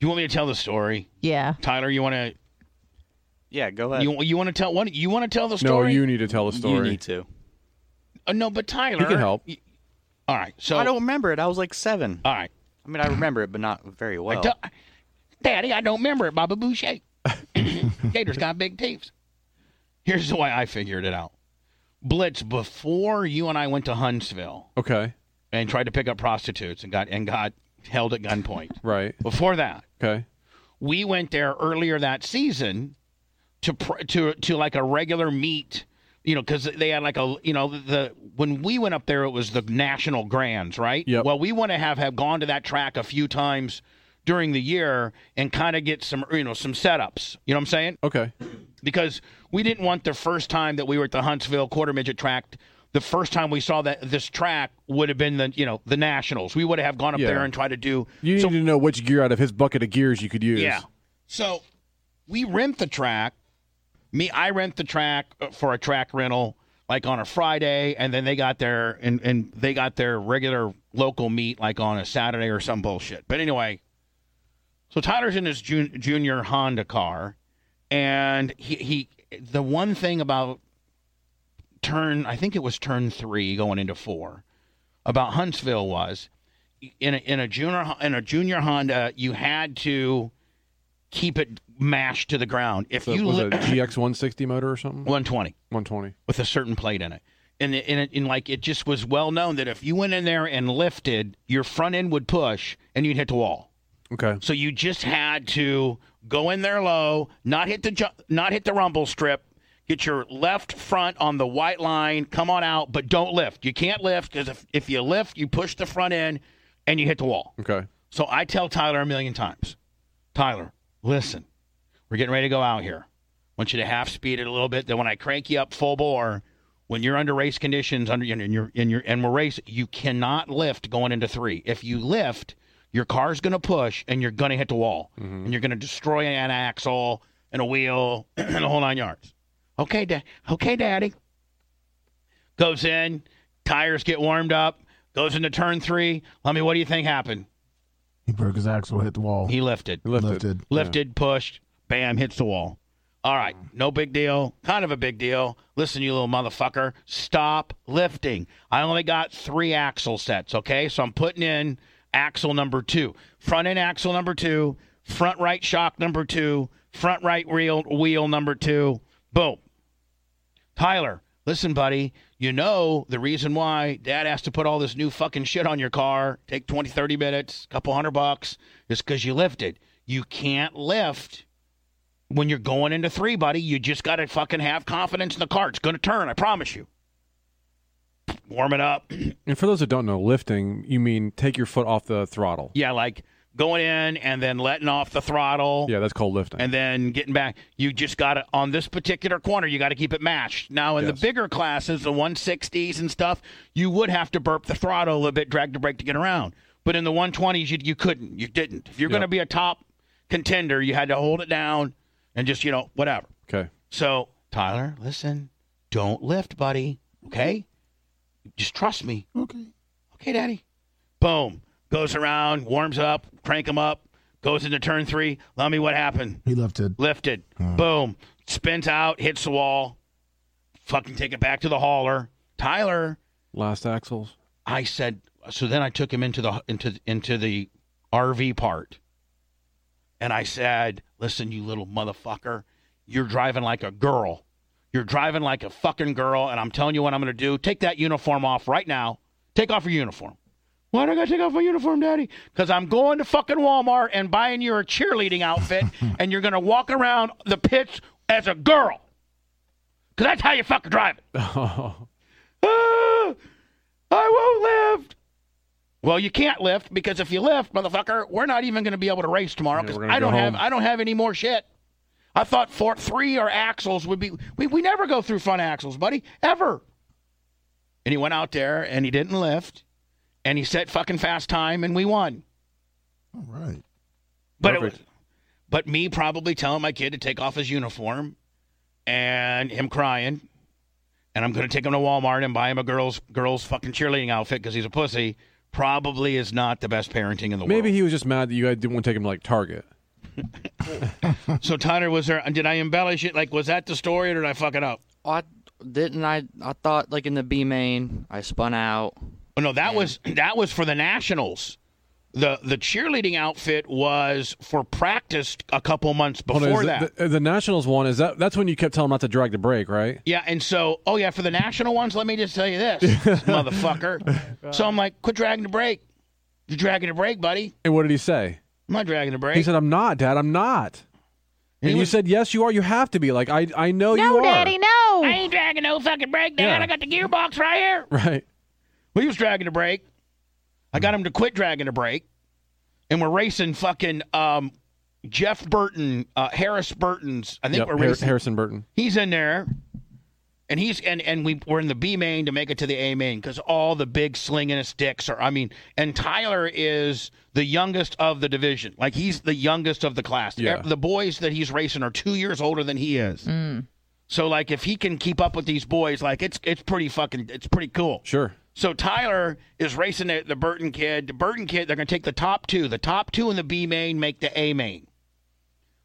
[SPEAKER 1] You want me to tell the story,
[SPEAKER 4] Yeah.
[SPEAKER 1] Tyler? You want to
[SPEAKER 5] Yeah, go ahead.
[SPEAKER 1] you, you want to tell one? You want to tell the
[SPEAKER 2] No,
[SPEAKER 1] story?
[SPEAKER 2] you need to tell a story.
[SPEAKER 5] You need to.
[SPEAKER 1] Uh, no, but Tyler,
[SPEAKER 2] He can help.
[SPEAKER 1] y- all right. So
[SPEAKER 5] I don't remember it. I was like seven.
[SPEAKER 1] All right,
[SPEAKER 5] I mean, I remember it, but not very
[SPEAKER 2] Oh.
[SPEAKER 5] well.
[SPEAKER 1] Du- Daddy, I don't remember it. Baba
[SPEAKER 2] (laughs)
[SPEAKER 1] Boucher. Gator's got big teeth. Here's the way I figured it out. Blitz, before you and I went to Huntsville
[SPEAKER 2] Okay,
[SPEAKER 1] and tried to pick up prostitutes and got and got held at gunpoint.
[SPEAKER 2] (laughs) right.
[SPEAKER 1] Before that,
[SPEAKER 2] Okay.
[SPEAKER 1] we went there earlier that season to pr- to to like a regular meet you know because they had like a you know the when we went up there it was the national grands right
[SPEAKER 2] Yep.
[SPEAKER 1] well we want to have have gone to that track a few times during the year and kind of get some you know some setups you know what i'm saying
[SPEAKER 2] Okay.
[SPEAKER 1] because we didn't want the first time that we were at the Huntsville quarter midget track. The first time we saw that this track would have been the you know the nationals. We would have gone up
[SPEAKER 2] Yeah.
[SPEAKER 1] there and tried to do
[SPEAKER 2] You need
[SPEAKER 1] so
[SPEAKER 2] to know which gear out of his bucket of gears you could use.
[SPEAKER 1] yeah. So we rent the track. Me, I rent the track uh, for a track rental like on a Friday, and then they got their and and they got their regular local meet like on a Saturday or some bullshit. But anyway, so Tyler's in his jun- junior Honda car, and he he the one thing about turn I think it was turn three going into four about Huntsville was in a, in a junior in a junior Honda you had to keep it mashed to the ground if
[SPEAKER 2] So
[SPEAKER 1] you
[SPEAKER 2] was
[SPEAKER 1] li- (coughs)
[SPEAKER 2] it a GX 160 motor or something?
[SPEAKER 1] 120
[SPEAKER 2] 120.
[SPEAKER 1] with a certain plate in it. And, it- and, it, and like it just was well known that if you went in there and lifted, your front end would push and you'd hit the wall.
[SPEAKER 2] Okay.
[SPEAKER 1] So you just had to go in there low, not hit the ju- not hit the rumble strip, get your left front on the white line, come on out, but don't lift. You can't lift because if, if you lift, you push the front end and you hit the wall.
[SPEAKER 2] Okay.
[SPEAKER 1] So I tell Tyler a million times, Tyler, listen, we're getting ready to go out here. want you to half speed it a little bit. Then when I crank you up full bore, when you're under race conditions, under and you're in your and we're racing, you cannot lift going into three. If you lift, your car's going to push and you're going to hit the wall and you're going to destroy an axle and a wheel (clears throat) and a whole nine yards. Okay, da- okay, daddy. Goes in, tires get warmed up, goes into turn three. Let me, what do you think happened?
[SPEAKER 3] He broke his axle, hit the wall,
[SPEAKER 1] He lifted.
[SPEAKER 2] Lifted.
[SPEAKER 3] lifted.
[SPEAKER 1] Lifted, pushed, bam, hits the wall. All right, no big deal. Kind of a big deal. Listen, you little motherfucker, stop lifting. I only got three axle sets, okay? So I'm putting in axle number two, front end axle number two, front right shock number two, front right wheel, wheel number two. Boom. Tyler, listen, buddy, you know the reason why dad has to put all this new fucking shit on your car, take 20, 30 minutes, couple hundred bucks, is because you lifted. You can't lift when you're going into three, buddy. You just got to fucking have confidence in the car. It's going to turn, I promise you. Warm it up. (clears throat)
[SPEAKER 2] And for those that don't know, lifting you mean take your foot off the throttle.
[SPEAKER 1] yeah, like going in and then letting off the throttle.
[SPEAKER 2] Yeah, that's called lifting.
[SPEAKER 1] and then getting back. You just got to, on this particular corner, you got to keep it matched. Now, in
[SPEAKER 2] Yes.
[SPEAKER 1] the bigger classes, the 160s and stuff, you would have to burp the throttle a little bit, drag the brake to get around. But in the 120s, you, you couldn't. You didn't. If you're going to
[SPEAKER 2] Yep.
[SPEAKER 1] be a top contender, you had to hold it down and just, you know, whatever.
[SPEAKER 2] okay.
[SPEAKER 1] So, Tyler, listen, don't lift, buddy. Okay? Just trust me.
[SPEAKER 3] Okay.
[SPEAKER 1] Okay, Daddy. Boom. Goes around, warms up, crank him up, goes into turn three. Let me what happened
[SPEAKER 3] He lifted.
[SPEAKER 1] lifted, boom, spins out, hits the wall, fucking take it back to the hauler. Tyler,
[SPEAKER 2] Last axles. (laughs)
[SPEAKER 1] I said. So then I took him into the into into the RV part, and I said, "Listen, you little motherfucker, you're driving like a girl. You're driving like a fucking girl." And I'm telling you what I'm going to do. Take that uniform off right now. Take off your uniform. Why do I got to take off my uniform, Daddy? Because I'm going to fucking Walmart and buying you a cheerleading outfit, and you're going to walk around the pits as a girl. Because that's how you fucking drive it.
[SPEAKER 2] Oh.
[SPEAKER 1] Ah, I won't lift. Well, you can't lift because if you lift, motherfucker, we're not even going to be able to race tomorrow
[SPEAKER 2] Yeah,
[SPEAKER 1] because
[SPEAKER 2] we're gonna
[SPEAKER 1] I
[SPEAKER 2] go
[SPEAKER 1] don't have
[SPEAKER 2] home.
[SPEAKER 1] I don't have any more shit. I thought four, three or axles would be. We, we never go through front axles, buddy, ever. And he went out there and he didn't lift, and he set fucking fast time, and we won.
[SPEAKER 3] All right.
[SPEAKER 1] But it was,
[SPEAKER 2] Perfect.
[SPEAKER 1] but me probably telling my kid to take off his uniform, and him crying, and I'm going to take him to Walmart and buy him a girls girls fucking cheerleading outfit because he's a pussy. Probably is not the best parenting in the
[SPEAKER 2] Maybe
[SPEAKER 1] world.
[SPEAKER 2] he was just mad that you guys didn't want to take him to like Target.
[SPEAKER 1] So Tyler, was there? Did I embellish it? Like, was that the story, or did I fuck it up?
[SPEAKER 5] I didn't. I I thought like in the B main, I spun out.
[SPEAKER 1] Oh, no, that was that was for the nationals. The the cheerleading outfit was for practice a couple months
[SPEAKER 2] Hold on,
[SPEAKER 1] before
[SPEAKER 2] Oh, is
[SPEAKER 1] that.
[SPEAKER 2] the, the, the Nationals one is that that's when you kept telling him not to drag the brake, right?
[SPEAKER 1] Yeah, and so, oh yeah, for the national ones, let me just tell you
[SPEAKER 2] (laughs)
[SPEAKER 1] this, motherfucker. So I'm like, quit dragging the brake. You're dragging the brake, buddy.
[SPEAKER 2] And what did he say?
[SPEAKER 1] I'm not dragging the brake.
[SPEAKER 2] He said, "I'm not, Dad. I'm not." And
[SPEAKER 1] He
[SPEAKER 2] you
[SPEAKER 1] was-
[SPEAKER 2] said, "Yes, you are. You have to be." Like I, I know you
[SPEAKER 4] No,
[SPEAKER 2] are.
[SPEAKER 4] Daddy, no.
[SPEAKER 1] I ain't dragging no fucking brake, Dad.
[SPEAKER 2] Yeah.
[SPEAKER 1] I got the gearbox right here.
[SPEAKER 2] (laughs) Right.
[SPEAKER 1] Well, he was dragging the brake. I got him to quit dragging the brake, and we're racing fucking um, Jeff Burton, uh, Harris Burton's. I think
[SPEAKER 2] Yep.
[SPEAKER 1] we're
[SPEAKER 2] Har-
[SPEAKER 1] racing.
[SPEAKER 2] Harrison Burton.
[SPEAKER 1] he's in there and he's and and we we're in the b main to make it to the a main because all the big slingingest dicks are i mean and tyler is the youngest of the division like he's the youngest of the class
[SPEAKER 2] Yeah.
[SPEAKER 1] the boys that he's racing are two years older than he is so like if he can keep up with these boys like it's it's pretty fucking it's pretty cool
[SPEAKER 2] Sure.
[SPEAKER 1] so Tyler is racing the, the Burton kid. The Burton kid, they're going to take the top two. The top two in the B main make the A main.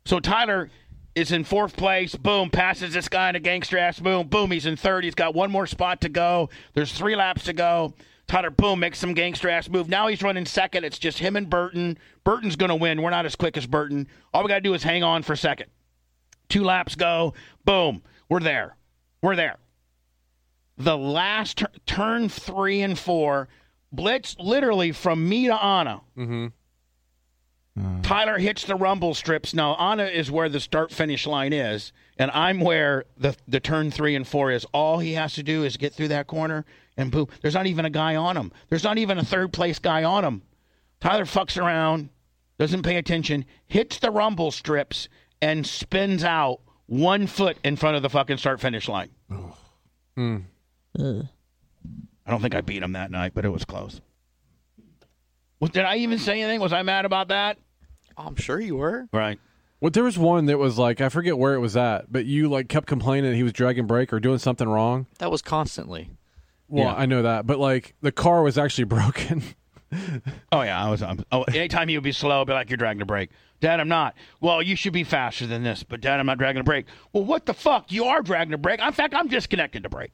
[SPEAKER 1] So Tyler is in fourth place. Boom, passes this guy in a gangster ass. Boom, boom, he's in third. He's got one more spot to go. There's three laps to go. Tyler, boom, makes some gangster ass move. Now he's running second. It's just him and Burton. Burton's going to win. We're not as quick as Burton. All we got to do is hang on for second. Two laps go. Boom, we're there. We're there the last tur- turn three and four blitz literally from me to Anna. Mm-hmm. Tyler hits the rumble strips. No, Anna is where the start finish line is, and I'm where the the turn three and four is. All he has to do is get through that corner, and boom. There's not even a guy on him. There's not even a third place guy on him. Tyler fucks around, doesn't pay attention, hits the rumble strips, and spins out one foot in front of the fucking start finish line. I don't think I beat him that night, but it was close. Well, did I even say anything? Was I mad about that?
[SPEAKER 5] I'm sure you were.
[SPEAKER 1] Right.
[SPEAKER 2] Well, there was one that was like I forget where it was at, but you like kept complaining that he was dragging brake or doing something wrong.
[SPEAKER 5] That was constantly.
[SPEAKER 2] Well, I know that, but like the car was actually (laughs) broken.
[SPEAKER 1] Oh yeah, I was. Um, oh, anytime you would be slow, I'd be like, "You're dragging a brake, Dad. I'm not. Well, you should be faster than this, but Dad, I'm not dragging a brake. Well, what the fuck? You are dragging a brake. In fact, I'm disconnected to brake.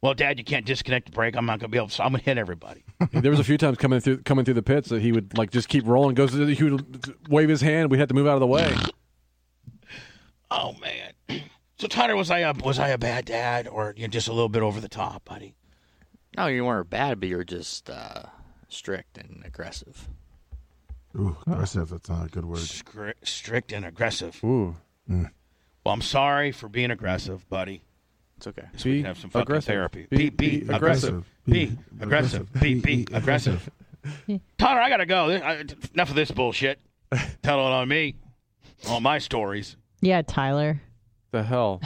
[SPEAKER 1] Well, Dad, you can't disconnect the brake. I'm not gonna be able. So I'm gonna hit everybody.
[SPEAKER 2] there was a few times coming through coming through the pits that he would like just keep rolling. Goes to the- he would wave his hand. We had to move out of the way.
[SPEAKER 1] (laughs) oh man. (clears throat) So Tyler, was I a was I a bad dad or you know, just a little bit over the top, buddy?
[SPEAKER 5] No, you weren't bad, but you were just uh, strict and aggressive.
[SPEAKER 3] Ooh, aggressive. That's not a good word.
[SPEAKER 1] Scri- strict and aggressive.
[SPEAKER 2] Ooh,
[SPEAKER 1] Well, I'm sorry for being aggressive, buddy.
[SPEAKER 5] It's okay.
[SPEAKER 1] We
[SPEAKER 2] be
[SPEAKER 1] can have some fucking
[SPEAKER 2] aggressive.
[SPEAKER 1] therapy. Be,
[SPEAKER 2] Be-
[SPEAKER 1] be,
[SPEAKER 2] be
[SPEAKER 1] aggressive. Be aggressive. Be, be
[SPEAKER 3] (laughs)
[SPEAKER 1] aggressive. Tyler, I gotta go. Th- I- Enough of this (laughs) bullshit. Tell it on me. All my stories.
[SPEAKER 4] Yeah, Tyler.
[SPEAKER 2] the hell,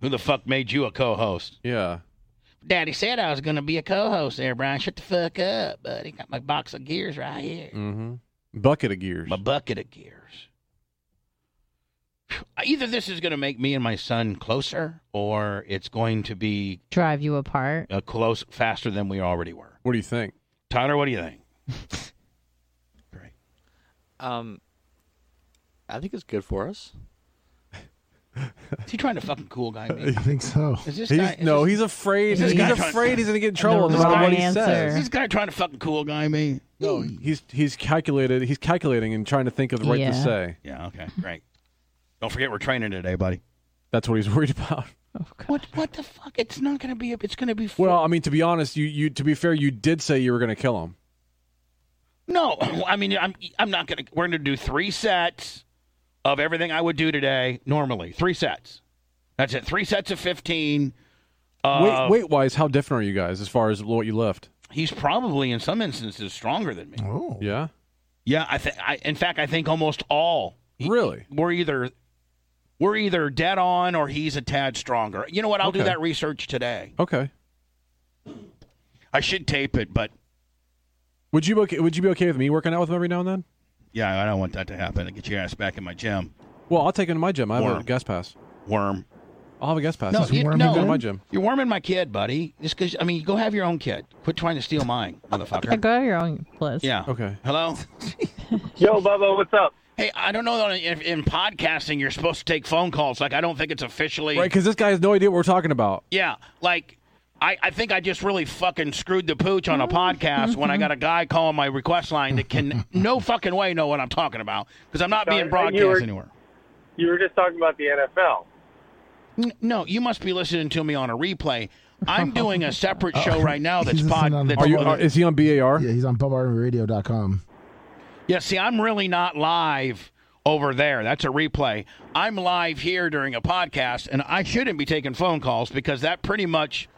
[SPEAKER 1] Who the fuck made you a co-host?
[SPEAKER 2] yeah.
[SPEAKER 1] Daddy said I was gonna be a co-host there, Brian. Shut the fuck up, buddy. Got my box of gears right here.
[SPEAKER 2] Mm-hmm. Bucket of gears.
[SPEAKER 1] My bucket of gears. Phew. Either this is gonna make me and my son closer, or it's going to be
[SPEAKER 4] Drive you apart.
[SPEAKER 1] uh, close faster than we already were.
[SPEAKER 2] What do you think?
[SPEAKER 1] Tyler, what do you think? Great.
[SPEAKER 5] Um, I think it's good for us.
[SPEAKER 1] Is he trying to fucking cool guy me?
[SPEAKER 3] I think so.
[SPEAKER 1] Is this
[SPEAKER 2] Uh, He's,
[SPEAKER 1] guy? Is
[SPEAKER 2] no,
[SPEAKER 1] this,
[SPEAKER 2] he's afraid.
[SPEAKER 1] is this
[SPEAKER 2] He's
[SPEAKER 1] guy trying-
[SPEAKER 2] afraid he's going to get in trouble
[SPEAKER 4] The
[SPEAKER 2] no matter
[SPEAKER 4] wrong
[SPEAKER 2] what he
[SPEAKER 4] answer.
[SPEAKER 1] is
[SPEAKER 2] says.
[SPEAKER 1] this guy trying to fucking cool guy me?
[SPEAKER 2] No, he's he's calculated. He's calculating and trying to think of the right
[SPEAKER 4] Yeah.
[SPEAKER 2] to say.
[SPEAKER 1] Yeah. Okay. Great. Don't forget we're training today, buddy.
[SPEAKER 2] That's what he's (laughs) worried about.
[SPEAKER 1] What? What the fuck? It's not gonna be. A, it's gonna be. Four.
[SPEAKER 2] Well, I mean, to be honest, you you to be fair, you did say you were going to kill him.
[SPEAKER 1] no. I mean, I'm. I'm not gonna. We're gonna do three sets of everything I would do today normally. Three sets. That's it. Three sets of fifteen. Uh,
[SPEAKER 2] weight weight wise, how different are you guys as far as what you lift?
[SPEAKER 1] He's probably in some instances stronger than me.
[SPEAKER 3] Oh,
[SPEAKER 2] Yeah,
[SPEAKER 1] Yeah. I think. I, in fact, I think almost all
[SPEAKER 2] really?
[SPEAKER 1] we're either we're either dead on or he's a tad stronger. You know what? I'll do
[SPEAKER 2] Okay.
[SPEAKER 1] that research today.
[SPEAKER 2] Okay.
[SPEAKER 1] I should tape it, but
[SPEAKER 2] Would you be okay, would you be okay with me working out with him every now and then?
[SPEAKER 1] yeah, I don't want that to happen. I get your ass back in my gym,
[SPEAKER 2] Well, I'll take him to my gym. I have
[SPEAKER 1] Warm.
[SPEAKER 2] a guest pass.
[SPEAKER 1] worm.
[SPEAKER 2] I'll have a guest pass.
[SPEAKER 1] No,
[SPEAKER 2] Just
[SPEAKER 1] you-
[SPEAKER 2] warm
[SPEAKER 1] no.
[SPEAKER 2] him to my gym.
[SPEAKER 1] You're warming my kid, buddy. Just because I mean, go have your own kid. Quit trying to steal mine, (laughs)
[SPEAKER 4] Yeah,
[SPEAKER 1] motherfucker.
[SPEAKER 4] go to your own place.
[SPEAKER 1] Yeah. (laughs)
[SPEAKER 2] Okay.
[SPEAKER 1] Hello.
[SPEAKER 8] (laughs) Yo, Bubba, what's up?
[SPEAKER 1] Hey, I don't know that if in podcasting you're supposed to take phone calls. Like, I don't think it's officially.
[SPEAKER 2] Right, because this guy has no idea what we're talking about.
[SPEAKER 1] Yeah, like I, I think I just really fucking screwed the pooch on a podcast when I got a guy calling my request line that can no fucking way know what I'm talking about because I'm not being
[SPEAKER 8] Sorry, and
[SPEAKER 1] broadcast
[SPEAKER 8] you were-
[SPEAKER 1] anywhere.
[SPEAKER 8] You were just talking about the NFL.
[SPEAKER 1] N- No, you must be listening to me on a replay. I'm doing a separate show right now that's
[SPEAKER 3] He's listening
[SPEAKER 1] pod.
[SPEAKER 3] on the
[SPEAKER 1] That's
[SPEAKER 2] Are you?
[SPEAKER 3] Well,
[SPEAKER 2] Are, is he on BAR?
[SPEAKER 3] Yeah, he's on BubbaRadio.com.
[SPEAKER 1] yeah, see, I'm really not live over there. That's a replay. I'm live here during a podcast, and I shouldn't be taking phone calls because that pretty much,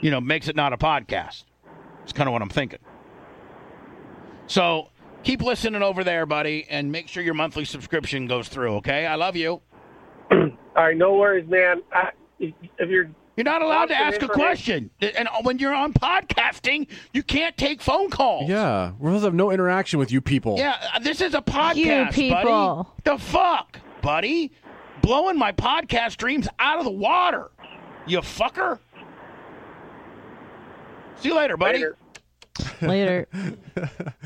[SPEAKER 1] you know, makes it not a podcast. It's kind of what I'm thinking. So keep listening over there, buddy, and make sure your monthly subscription goes through. Okay, I love you.
[SPEAKER 8] All right, no worries, man. I, if you're
[SPEAKER 1] You're not allowed to
[SPEAKER 8] Lots
[SPEAKER 1] ask
[SPEAKER 8] of
[SPEAKER 1] a question, and uh, when you're on podcasting, you can't take phone calls.
[SPEAKER 2] Yeah, we're supposed to have no interaction with you people.
[SPEAKER 1] Yeah, uh, this is a podcast,
[SPEAKER 4] people.
[SPEAKER 1] buddy. The fuck, buddy? Blowing my podcast dreams out of the water, you fucker. See you later, buddy.
[SPEAKER 8] Later.
[SPEAKER 4] Later.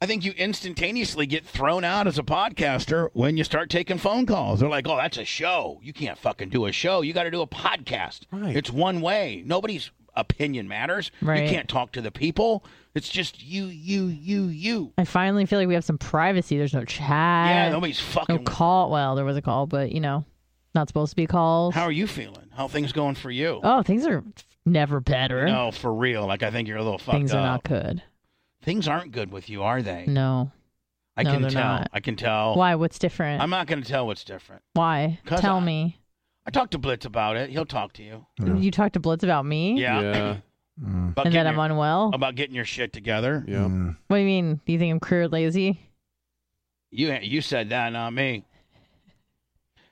[SPEAKER 1] I think you instantaneously get thrown out as a podcaster when you start taking phone calls. They're like, "Oh, that's a show. You can't fucking do a show. You got to do a podcast.
[SPEAKER 2] Right.
[SPEAKER 1] It's one way. Nobody's opinion matters. You
[SPEAKER 4] Right.
[SPEAKER 1] can't talk to the people. It's just you, you, you, you.
[SPEAKER 4] I finally feel like we have some privacy. There's no
[SPEAKER 1] yeah,
[SPEAKER 4] chat.
[SPEAKER 1] nobody's
[SPEAKER 4] no
[SPEAKER 1] fucking.
[SPEAKER 4] call. Well, there was a call, but you know, not supposed to be calls.
[SPEAKER 1] How are you feeling? How things going for you?
[SPEAKER 4] oh, things are never better.
[SPEAKER 1] No, for real. Like I think you're a little fucked
[SPEAKER 4] things
[SPEAKER 1] up.
[SPEAKER 4] are not good.
[SPEAKER 1] Things aren't good with you, are they?
[SPEAKER 4] No.
[SPEAKER 1] I
[SPEAKER 4] No,
[SPEAKER 1] can
[SPEAKER 4] they're
[SPEAKER 1] tell.
[SPEAKER 4] not.
[SPEAKER 1] I can tell.
[SPEAKER 4] Why? What's different?
[SPEAKER 1] Oh. I'm not going to tell what's different.
[SPEAKER 4] Why?
[SPEAKER 1] 'Cause
[SPEAKER 4] Tell
[SPEAKER 1] I-
[SPEAKER 4] me.
[SPEAKER 1] I talked to Blitz about it. He'll talk to you.
[SPEAKER 3] Yeah.
[SPEAKER 4] You talked to Blitz about me,
[SPEAKER 1] Yeah.
[SPEAKER 2] Yeah.
[SPEAKER 1] (laughs)
[SPEAKER 3] Mm,
[SPEAKER 1] About
[SPEAKER 4] and that
[SPEAKER 1] getting
[SPEAKER 4] I'm
[SPEAKER 1] your,
[SPEAKER 4] unwell.
[SPEAKER 1] about getting your shit together.
[SPEAKER 2] Yeah.
[SPEAKER 3] mm.
[SPEAKER 4] what do you mean? Do you think I'm career lazy?
[SPEAKER 1] You you said that, not me.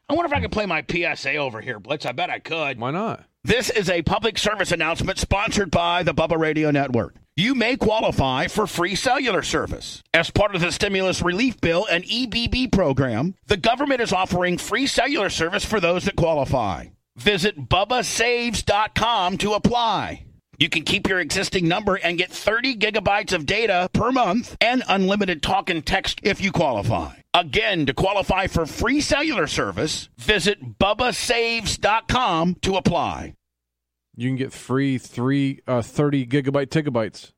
[SPEAKER 1] I wonder if I could play my PSA over here, Blitz. I bet I could.
[SPEAKER 2] Why not?
[SPEAKER 1] This is a public service announcement sponsored by the Bubba Radio Network. You may qualify for free cellular service. As part of the stimulus relief bill and EBB program, the government is offering free cellular service for those that qualify. Visit bubbasaves.com to apply. You can keep your existing number and get 30 gigabytes of data per month and unlimited talk and text if you qualify. Again, to qualify for free cellular service, visit bubbasaves.com to apply.
[SPEAKER 2] You can get free three uh, thirty gigabyte gigabytes.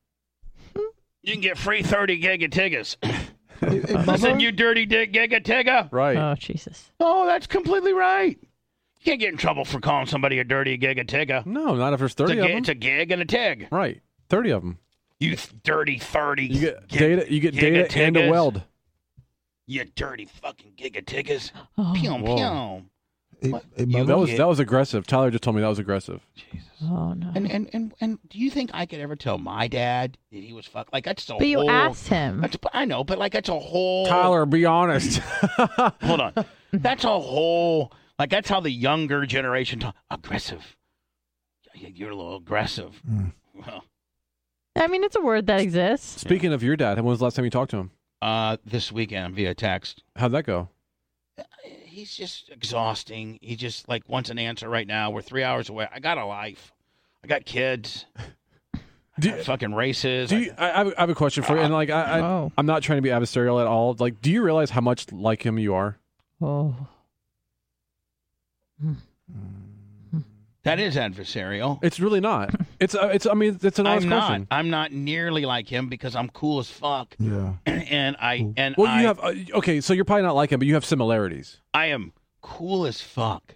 [SPEAKER 1] You can get free 30 gigatiggas. (clears throat)
[SPEAKER 3] Hey, hey,
[SPEAKER 1] Listen,
[SPEAKER 3] Bubba?
[SPEAKER 1] you dirty dick gigatigga.
[SPEAKER 2] Right.
[SPEAKER 4] Oh Jesus!
[SPEAKER 1] Oh, that's completely right. You can't get in trouble for calling somebody a dirty gigatigga.
[SPEAKER 2] no, not if there's
[SPEAKER 1] It's a,
[SPEAKER 2] thirty
[SPEAKER 1] gi-
[SPEAKER 2] of them.
[SPEAKER 1] it's a gig and a tig.
[SPEAKER 2] right. Thirty of them.
[SPEAKER 1] You dirty 30.
[SPEAKER 2] You get
[SPEAKER 1] gig-
[SPEAKER 2] data. You get data and
[SPEAKER 1] gigatiggas.
[SPEAKER 2] a weld.
[SPEAKER 1] You dirty fucking gigatiggas.
[SPEAKER 4] (gasps) Oh,
[SPEAKER 1] Pew,
[SPEAKER 2] Whoa.
[SPEAKER 1] pew.
[SPEAKER 3] Hey,
[SPEAKER 1] What?
[SPEAKER 3] hey,
[SPEAKER 1] You
[SPEAKER 3] Bubba?
[SPEAKER 2] That was
[SPEAKER 1] Okay.
[SPEAKER 2] that was aggressive. Tyler just told me that was aggressive.
[SPEAKER 4] oh, no!
[SPEAKER 1] And, and and and do you think I could ever tell my dad that he was fuck like that's a
[SPEAKER 4] but you
[SPEAKER 1] whole
[SPEAKER 4] asked him.
[SPEAKER 1] that's oh. I know, but like that's a whole
[SPEAKER 2] Tyler, be honest.
[SPEAKER 1] Hold
[SPEAKER 2] (laughs)
[SPEAKER 1] on. That's a whole like that's how the younger generation talk aggressive. Yeah, You're a little aggressive.
[SPEAKER 2] Hmm.
[SPEAKER 1] Well,
[SPEAKER 4] I mean, it's a word that exists.
[SPEAKER 2] Speaking of your dad, when was the last time you talked to him?
[SPEAKER 1] uh this weekend via text.
[SPEAKER 2] How'd that go?
[SPEAKER 1] He's just exhausting. He just like wants an answer right now. We're three hours away. I got a life. I got kids.
[SPEAKER 2] Do
[SPEAKER 1] I Uh-huh. got fucking races.
[SPEAKER 2] Do you, I, I have- I have a question for you, and like I, I
[SPEAKER 4] Oh.
[SPEAKER 2] I'm not trying to be adversarial at all. Like, do you realize how much like him you are?
[SPEAKER 4] Oh,
[SPEAKER 1] that is adversarial.
[SPEAKER 2] It's
[SPEAKER 1] (laughs)
[SPEAKER 2] really not. It's uh, it's I mean it's an honest
[SPEAKER 1] I'm not.
[SPEAKER 2] question.
[SPEAKER 1] I'm not nearly like him because I'm cool as fuck, (clears throat)
[SPEAKER 3] yeah.
[SPEAKER 1] and I and
[SPEAKER 2] Well,
[SPEAKER 1] I,
[SPEAKER 2] you have uh, okay, so you're probably not like him, but you have similarities,
[SPEAKER 1] I am cool as fuck.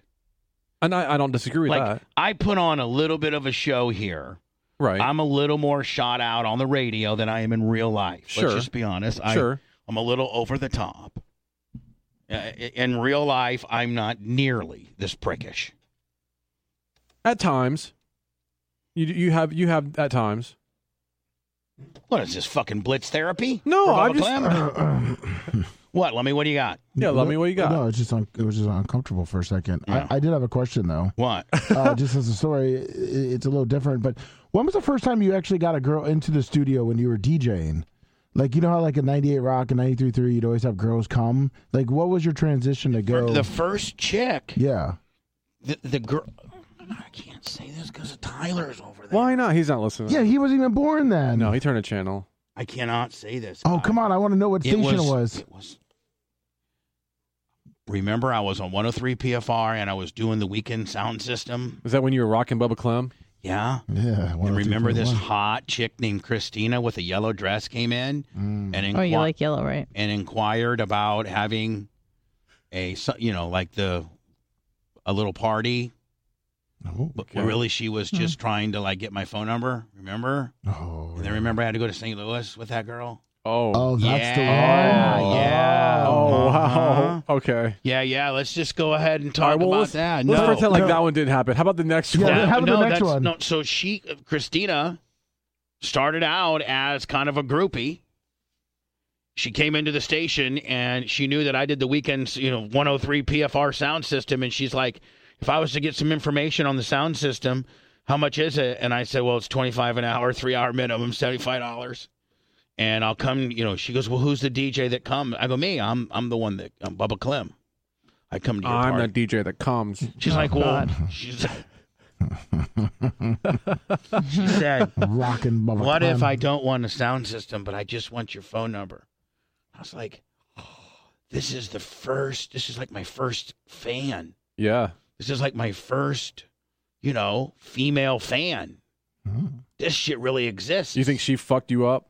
[SPEAKER 2] and I, I don't disagree with
[SPEAKER 1] Like
[SPEAKER 2] that.
[SPEAKER 1] I put on a little bit of a show here.
[SPEAKER 2] Right?
[SPEAKER 1] I'm a little more shot out on the radio than I am in real life.
[SPEAKER 2] Sure.
[SPEAKER 1] Let's just be honest. I,
[SPEAKER 2] sure.
[SPEAKER 1] I'm a little over the top. Uh, i- In real life, I'm not nearly this prickish.
[SPEAKER 2] At times, you you have you have at times.
[SPEAKER 1] What is this fucking blitz therapy?
[SPEAKER 2] No,
[SPEAKER 1] For Bubba
[SPEAKER 2] I'm just-
[SPEAKER 1] Clem? What, Let me. What do you got?
[SPEAKER 2] Yeah, let me what you got.
[SPEAKER 3] No, it's just un- it was just uncomfortable for a second.
[SPEAKER 1] Yeah.
[SPEAKER 3] I, I did have a question though.
[SPEAKER 1] What? (laughs)
[SPEAKER 3] uh, just as a story, i- it's a little different. But when was the first time you actually got a girl into the studio when you were DJing? Like you know how like in '98 Rock and '93.3, you'd always have girls come. Like what was your transition to go?
[SPEAKER 1] The first chick.
[SPEAKER 3] yeah,
[SPEAKER 1] The, the girl. I can't say this because Tyler's over there.
[SPEAKER 2] Why not? He's not listening.
[SPEAKER 3] yeah, he wasn't even born then.
[SPEAKER 2] No, he turned a channel.
[SPEAKER 1] I cannot say this.
[SPEAKER 3] Oh
[SPEAKER 1] guy.
[SPEAKER 3] come on, I want to know what
[SPEAKER 1] It
[SPEAKER 3] station
[SPEAKER 1] was,
[SPEAKER 3] it was.
[SPEAKER 1] It was. Remember, I was on 103 PFR and I was doing the weekend sound system.
[SPEAKER 2] Is that when you were rocking Bubba Clem?
[SPEAKER 1] Yeah.
[SPEAKER 3] Yeah,
[SPEAKER 1] And
[SPEAKER 3] 102.1.
[SPEAKER 1] remember, this hot chick named Christina with a yellow dress came in
[SPEAKER 2] Mm-hmm.
[SPEAKER 3] Mm.
[SPEAKER 1] and,
[SPEAKER 4] oh,
[SPEAKER 1] inqui-
[SPEAKER 4] you like yellow, right?
[SPEAKER 1] and inquired about having a, so- you know, like the a little party.
[SPEAKER 3] Oh,
[SPEAKER 1] But
[SPEAKER 2] Okay.
[SPEAKER 1] really, she
[SPEAKER 4] Hmm.
[SPEAKER 1] was just trying to like get my phone number. Remember?
[SPEAKER 3] oh,
[SPEAKER 1] And then remember, I had to go to St. Louis with that girl.
[SPEAKER 2] Oh.
[SPEAKER 3] oh, that's
[SPEAKER 1] yeah,
[SPEAKER 3] the one.
[SPEAKER 1] yeah.
[SPEAKER 2] Oh,
[SPEAKER 1] Uh-huh.
[SPEAKER 2] wow. Okay.
[SPEAKER 1] Yeah, yeah. Let's just go ahead and
[SPEAKER 2] All
[SPEAKER 1] talk
[SPEAKER 2] right, well,
[SPEAKER 1] about
[SPEAKER 2] let's,
[SPEAKER 1] that.
[SPEAKER 2] let's
[SPEAKER 1] no.
[SPEAKER 2] pretend like
[SPEAKER 3] No.
[SPEAKER 2] that one didn't happen. How about the next
[SPEAKER 3] Yeah,
[SPEAKER 2] one?
[SPEAKER 1] Yeah,
[SPEAKER 3] how about the
[SPEAKER 1] no,
[SPEAKER 3] next
[SPEAKER 1] that's-
[SPEAKER 3] one?
[SPEAKER 1] No, so she, uh, Christina, started out as kind of a groupie. She came into the station and she knew that I did the weekends, you know, 103 PFR sound system. And she's like, if I was to get some information on the sound system, how much is it? And I said, well, it's 25 an hour, three hour minimum, $75. And I'll come, you know, she goes, well, who's the DJ that come? I go, me, I'm, I'm the one that, I'm Bubba Clem. I come to your
[SPEAKER 2] I'm
[SPEAKER 1] party.
[SPEAKER 2] that DJ that comes.
[SPEAKER 1] She's like, well, (laughs) she's. she said,
[SPEAKER 3] Rockin' Bubba
[SPEAKER 1] Oh, "What if
[SPEAKER 3] Clem.
[SPEAKER 1] I don't want a sound system, but I just want your phone number?" I was like, oh, "This is the first. This is like my first fan.
[SPEAKER 2] Yeah.
[SPEAKER 1] This is like my first, you know, female fan.
[SPEAKER 3] Mm.
[SPEAKER 1] This shit really exists."
[SPEAKER 2] You think she fucked you up?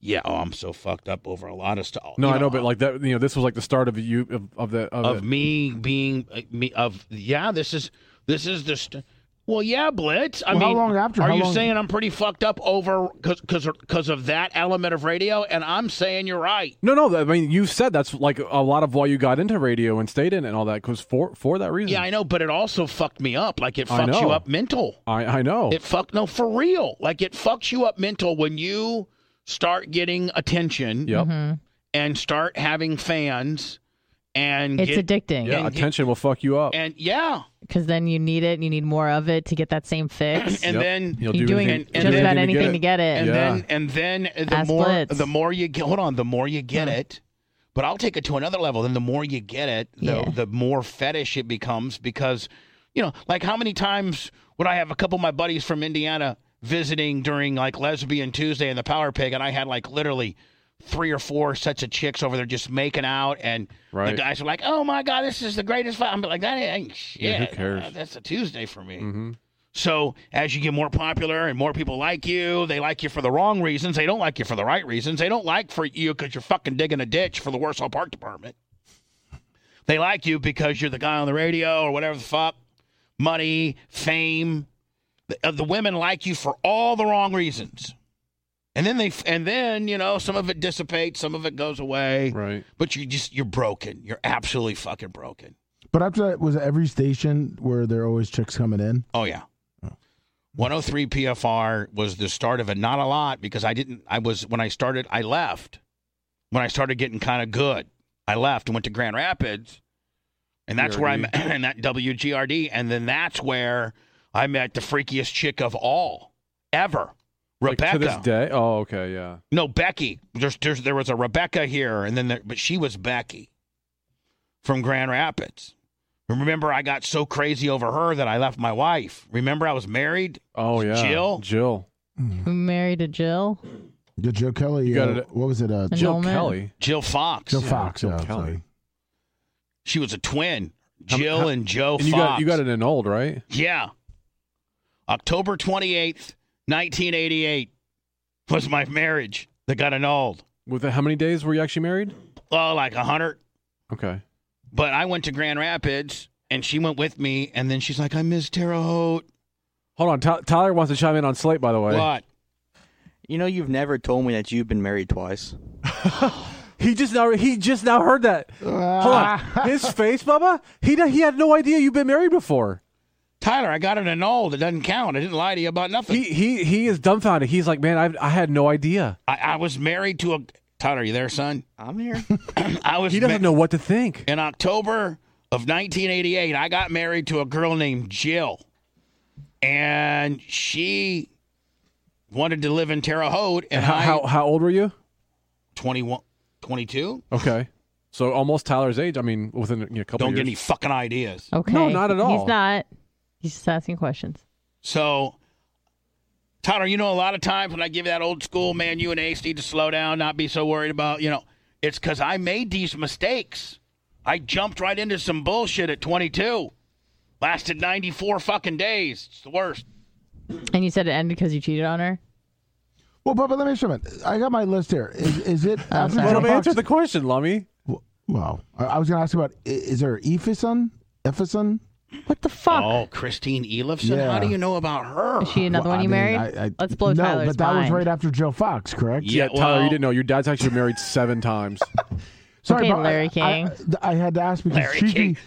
[SPEAKER 1] Yeah. Oh, I'm so fucked up over a lot of stuff.
[SPEAKER 2] No, I know, but like that, you know, this was like the start of you of, of the of,
[SPEAKER 1] uh, of
[SPEAKER 2] it.
[SPEAKER 1] me being uh, me of yeah. This is this is the st- Well, yeah, Blitz. I
[SPEAKER 3] Well, how
[SPEAKER 1] mean,
[SPEAKER 3] long after?
[SPEAKER 1] are
[SPEAKER 3] How
[SPEAKER 1] you
[SPEAKER 3] long-
[SPEAKER 1] saying I'm pretty fucked up over because of that element of radio? And I'm saying you're right.
[SPEAKER 2] No, no. I mean, you've said that's like a lot of why you got into radio and stayed in it and all that because for for that
[SPEAKER 3] Hmm.
[SPEAKER 2] reason.
[SPEAKER 1] Yeah, I know, but it also fucked me up. Like it
[SPEAKER 2] I
[SPEAKER 1] fucks you
[SPEAKER 2] know.
[SPEAKER 1] up mental.
[SPEAKER 2] I, I
[SPEAKER 3] Oh.
[SPEAKER 2] know.
[SPEAKER 1] It fucked no for real. Like it fucks you up mental when you start getting attention
[SPEAKER 2] yep.
[SPEAKER 1] and start having fans and
[SPEAKER 4] It's
[SPEAKER 1] get,
[SPEAKER 4] addicting
[SPEAKER 2] Yeah,
[SPEAKER 1] And-
[SPEAKER 2] attention will fuck you up.
[SPEAKER 1] and yeah,
[SPEAKER 4] because then you need it and you need more of it to get that same fix.
[SPEAKER 1] and
[SPEAKER 2] Yep.
[SPEAKER 1] then
[SPEAKER 2] You'll
[SPEAKER 4] You're doing
[SPEAKER 1] anything-
[SPEAKER 4] just
[SPEAKER 1] and then-
[SPEAKER 4] about anything to get it.
[SPEAKER 1] and
[SPEAKER 2] Yeah.
[SPEAKER 1] then and then the
[SPEAKER 4] Ask
[SPEAKER 1] more
[SPEAKER 4] Blitz.
[SPEAKER 1] the more you get hold on the more you get it but i'll take it to another level then the more you get it the,
[SPEAKER 4] Yeah.
[SPEAKER 1] the more fetish it becomes because you know like how many times would i have a couple of my buddies from indiana visiting during like lesbian tuesday and the power pig and i had like literally three or four sets of chicks over there just making out and the
[SPEAKER 2] Right.
[SPEAKER 1] guys are like oh my god this is the greatest fight i'm like that ain't shit
[SPEAKER 2] Yeah, who cares?
[SPEAKER 1] that's a tuesday for me
[SPEAKER 2] hmm
[SPEAKER 1] so as you get more popular and more people like you, they like you for the wrong reasons. They don't like you for the right reasons. They don't like for you because you're fucking digging a ditch for the Warsaw Park Department. They like you because you're the guy on the radio or whatever the fuck, money, fame. The, uh, the women like you for all the wrong reasons. And then they, f- and then you know, some of it dissipates, some of it goes away.
[SPEAKER 2] Right.
[SPEAKER 1] But you just, you're broken. You're absolutely fucking broken.
[SPEAKER 3] But after that, was it every station where there are always chicks coming in?
[SPEAKER 1] Oh yeah. 103 PFR was the start of it. Not a lot because I didn't. I was when I started. I left when I started getting kind of good. I left and went to Grand Rapids, and that's where I met (clears throat) and that WGRD, and then that's where I met the freakiest chick of all ever,
[SPEAKER 2] Like,
[SPEAKER 1] Rebecca.
[SPEAKER 2] to this day. Oh, okay. Yeah.
[SPEAKER 1] No, Becky. There's, there's there was a Rebecca here, and then there, but she was Becky from Grand Rapids. Remember, I got so crazy over her that I left my wife. Remember, I was married.
[SPEAKER 2] Oh, yeah.
[SPEAKER 1] Jill?
[SPEAKER 2] Jill.
[SPEAKER 4] Who married a Jill?
[SPEAKER 3] Did Joe Kelly?
[SPEAKER 2] You got
[SPEAKER 3] uh,
[SPEAKER 2] it.
[SPEAKER 3] What was it? Uh,
[SPEAKER 4] And-
[SPEAKER 2] Jill
[SPEAKER 4] Enrollment?
[SPEAKER 2] Kelly.
[SPEAKER 1] Jill Fox.
[SPEAKER 3] Joe Fox.
[SPEAKER 2] Joe
[SPEAKER 3] yeah,
[SPEAKER 2] Kelly.
[SPEAKER 3] sorry.
[SPEAKER 1] She was a twin.
[SPEAKER 2] How-
[SPEAKER 1] Jill
[SPEAKER 2] how-
[SPEAKER 1] and Joe
[SPEAKER 2] And you
[SPEAKER 1] Fox.
[SPEAKER 2] got you got it in old, right?
[SPEAKER 1] Yeah. October 28th, 1988 was my marriage that got annulled.
[SPEAKER 2] With the, how many days were you actually married?
[SPEAKER 1] Oh, like a 100.
[SPEAKER 2] Okay.
[SPEAKER 1] But I went to Grand Rapids and she went with me. And then she's like, I miss Terre Haute.
[SPEAKER 2] Hold on. Ty- Tyler wants to chime in on Slate, by the way.
[SPEAKER 1] What?
[SPEAKER 5] You know, you've never told me that you've been married twice.
[SPEAKER 2] He just now he just now heard that.
[SPEAKER 1] (laughs)
[SPEAKER 2] Hold on.
[SPEAKER 3] Ah,
[SPEAKER 2] His face, Bubba. He d- he had no idea you've been married before.
[SPEAKER 1] Tyler, I got it annulled. It doesn't count. I didn't lie to you about nothing.
[SPEAKER 2] He he he is dumbfounded. He's like, man, I I had no idea.
[SPEAKER 1] I, I was married to a. Tyler, are you there, son? (clears throat)
[SPEAKER 5] I'm here.
[SPEAKER 1] I was.
[SPEAKER 2] He doesn't
[SPEAKER 1] ma-
[SPEAKER 2] know what to think.
[SPEAKER 1] In October of 1988, I got married to a girl named Jill, and she wanted to live in Terre Haute, and
[SPEAKER 2] How,
[SPEAKER 1] I
[SPEAKER 2] how how old were you?
[SPEAKER 1] 21, 22.
[SPEAKER 2] Okay, so almost Tyler's age. I mean, within you know, a couple.
[SPEAKER 1] Don't
[SPEAKER 2] years.
[SPEAKER 1] get any fucking ideas.
[SPEAKER 4] Okay.
[SPEAKER 2] not at all.
[SPEAKER 4] He's not. He's just asking questions.
[SPEAKER 1] So, Tyler, you know, a lot of times when I give that old school man, you and Ace need to slow down, not be so worried about, you know, it's because I made these mistakes. I jumped right into some bullshit at 22. Lasted 94 fucking days. It's the worst.
[SPEAKER 4] And you said it ended because you cheated on her.
[SPEAKER 3] Well, Bubba, let me ask you a minute. I got my list here. Is,
[SPEAKER 4] (laughs)
[SPEAKER 3] is it?
[SPEAKER 4] sorry.
[SPEAKER 3] after Joe
[SPEAKER 2] (laughs) Well, I've
[SPEAKER 4] Little
[SPEAKER 2] answered
[SPEAKER 3] Fox?
[SPEAKER 2] the question, Lummy.
[SPEAKER 3] Wow. I, I was going to ask about. i- Is there Epheson? Epheson?
[SPEAKER 4] What the fuck?
[SPEAKER 1] Oh, Christine Elifson? How
[SPEAKER 3] Yeah.
[SPEAKER 1] do you know about her?
[SPEAKER 4] Is she another one
[SPEAKER 3] Well, I
[SPEAKER 4] you
[SPEAKER 3] mean,
[SPEAKER 4] married?
[SPEAKER 3] I- I-
[SPEAKER 4] Let's blow
[SPEAKER 3] no,
[SPEAKER 4] Tyler's
[SPEAKER 3] but that
[SPEAKER 4] mind.
[SPEAKER 3] was right after Joe Fox, correct?
[SPEAKER 1] Yeah,
[SPEAKER 2] Tyler,
[SPEAKER 1] well-
[SPEAKER 2] you didn't know your dad's actually married
[SPEAKER 1] (laughs)
[SPEAKER 2] seven times.
[SPEAKER 3] Sorry,
[SPEAKER 4] Okay,
[SPEAKER 3] but I-
[SPEAKER 4] Larry
[SPEAKER 3] I-
[SPEAKER 4] King.
[SPEAKER 3] I, I had to ask because
[SPEAKER 1] Larry
[SPEAKER 3] she'd
[SPEAKER 1] King.
[SPEAKER 3] be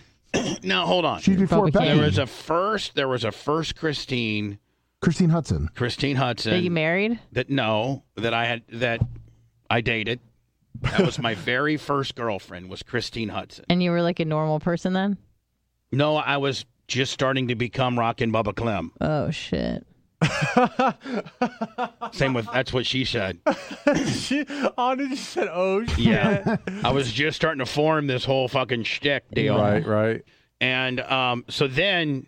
[SPEAKER 1] (clears throat) now hold on.
[SPEAKER 3] she'd be before
[SPEAKER 4] Bubba King.
[SPEAKER 3] Becky.
[SPEAKER 1] There was a first. There was a first Christine,
[SPEAKER 3] Christine Hudson.
[SPEAKER 1] Christine Hudson.
[SPEAKER 4] That you married?
[SPEAKER 1] that no that I had that I dated. That was my very first girlfriend was Christine Hudson.
[SPEAKER 4] And you were like a normal person then?
[SPEAKER 1] No, I was just starting to become Rockin' Bubba Clem.
[SPEAKER 4] Oh shit.
[SPEAKER 1] Same with that's what she said.
[SPEAKER 2] she, Anna just said, "Oh shit."
[SPEAKER 1] Yeah, I was just starting to form this whole fucking shtick deal.
[SPEAKER 2] Right, right.
[SPEAKER 1] And um, so then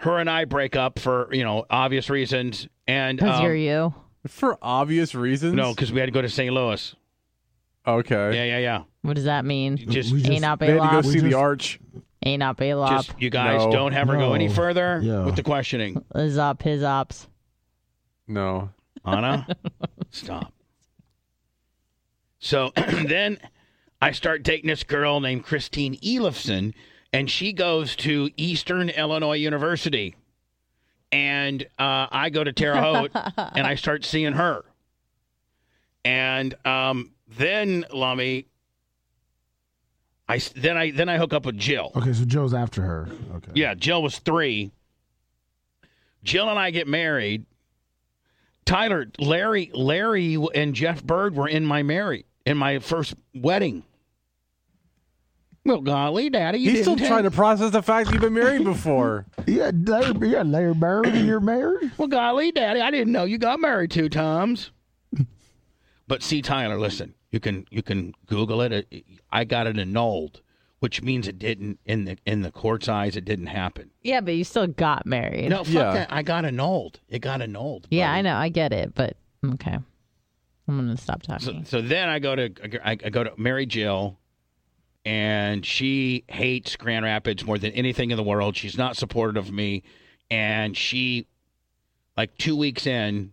[SPEAKER 1] her and I break up for you know obvious reasons. And
[SPEAKER 4] Because
[SPEAKER 1] um,
[SPEAKER 4] you're you.
[SPEAKER 2] For obvious reasons.
[SPEAKER 1] no, because we had to go to St. Louis.
[SPEAKER 2] Okay.
[SPEAKER 1] Yeah, yeah, yeah.
[SPEAKER 4] What does that mean?
[SPEAKER 1] Just
[SPEAKER 3] We
[SPEAKER 4] Ain't not
[SPEAKER 2] They had to go
[SPEAKER 4] Balop.
[SPEAKER 2] see
[SPEAKER 3] just-
[SPEAKER 2] the arch.
[SPEAKER 4] Ain't not Balop.
[SPEAKER 1] Just you guys
[SPEAKER 2] No.
[SPEAKER 1] don't have her go any
[SPEAKER 3] No.
[SPEAKER 1] further
[SPEAKER 3] Yeah.
[SPEAKER 1] with the questioning.
[SPEAKER 4] His up, his ops.
[SPEAKER 2] No.
[SPEAKER 1] Anna, stop. So (clears throat) then I start dating this girl named Christine Elifson, and she goes to Eastern Illinois University. and uh, I go to Terre Haute and I start seeing her. And um, then Lummy, I s- then I then I hook up with Jill.
[SPEAKER 3] Okay, so Joe's after her. Okay.
[SPEAKER 1] Yeah, Jill was three. Jill and I get married. Tyler, Larry, Larry, and Jeff Bird were in my married in my first wedding. Well, golly, Daddy, you
[SPEAKER 2] He's still
[SPEAKER 1] didn't tell-
[SPEAKER 2] trying to process the fact you've been married before.
[SPEAKER 3] Yeah, Larry, yeah, Larry Bird, and you're married.
[SPEAKER 1] Well, golly, Daddy, I didn't know you got married two
[SPEAKER 2] (laughs)
[SPEAKER 1] times. but see, Tyler, listen, you can you can Google it. It- I got it annulled, which means it didn't in the in the court's eyes. It didn't happen.
[SPEAKER 4] Yeah, but you still got married.
[SPEAKER 1] No, fuck
[SPEAKER 2] Yeah.
[SPEAKER 1] that. I got annulled. It got annulled.
[SPEAKER 4] Yeah,
[SPEAKER 1] buddy.
[SPEAKER 4] I know. I get it, but okay. I'm gonna stop
[SPEAKER 1] So,
[SPEAKER 4] talking.
[SPEAKER 1] so then I go to I, I go to Mary Jill, and she hates Grand Rapids more than anything in the world. She's not supportive of me, and she, like two weeks in,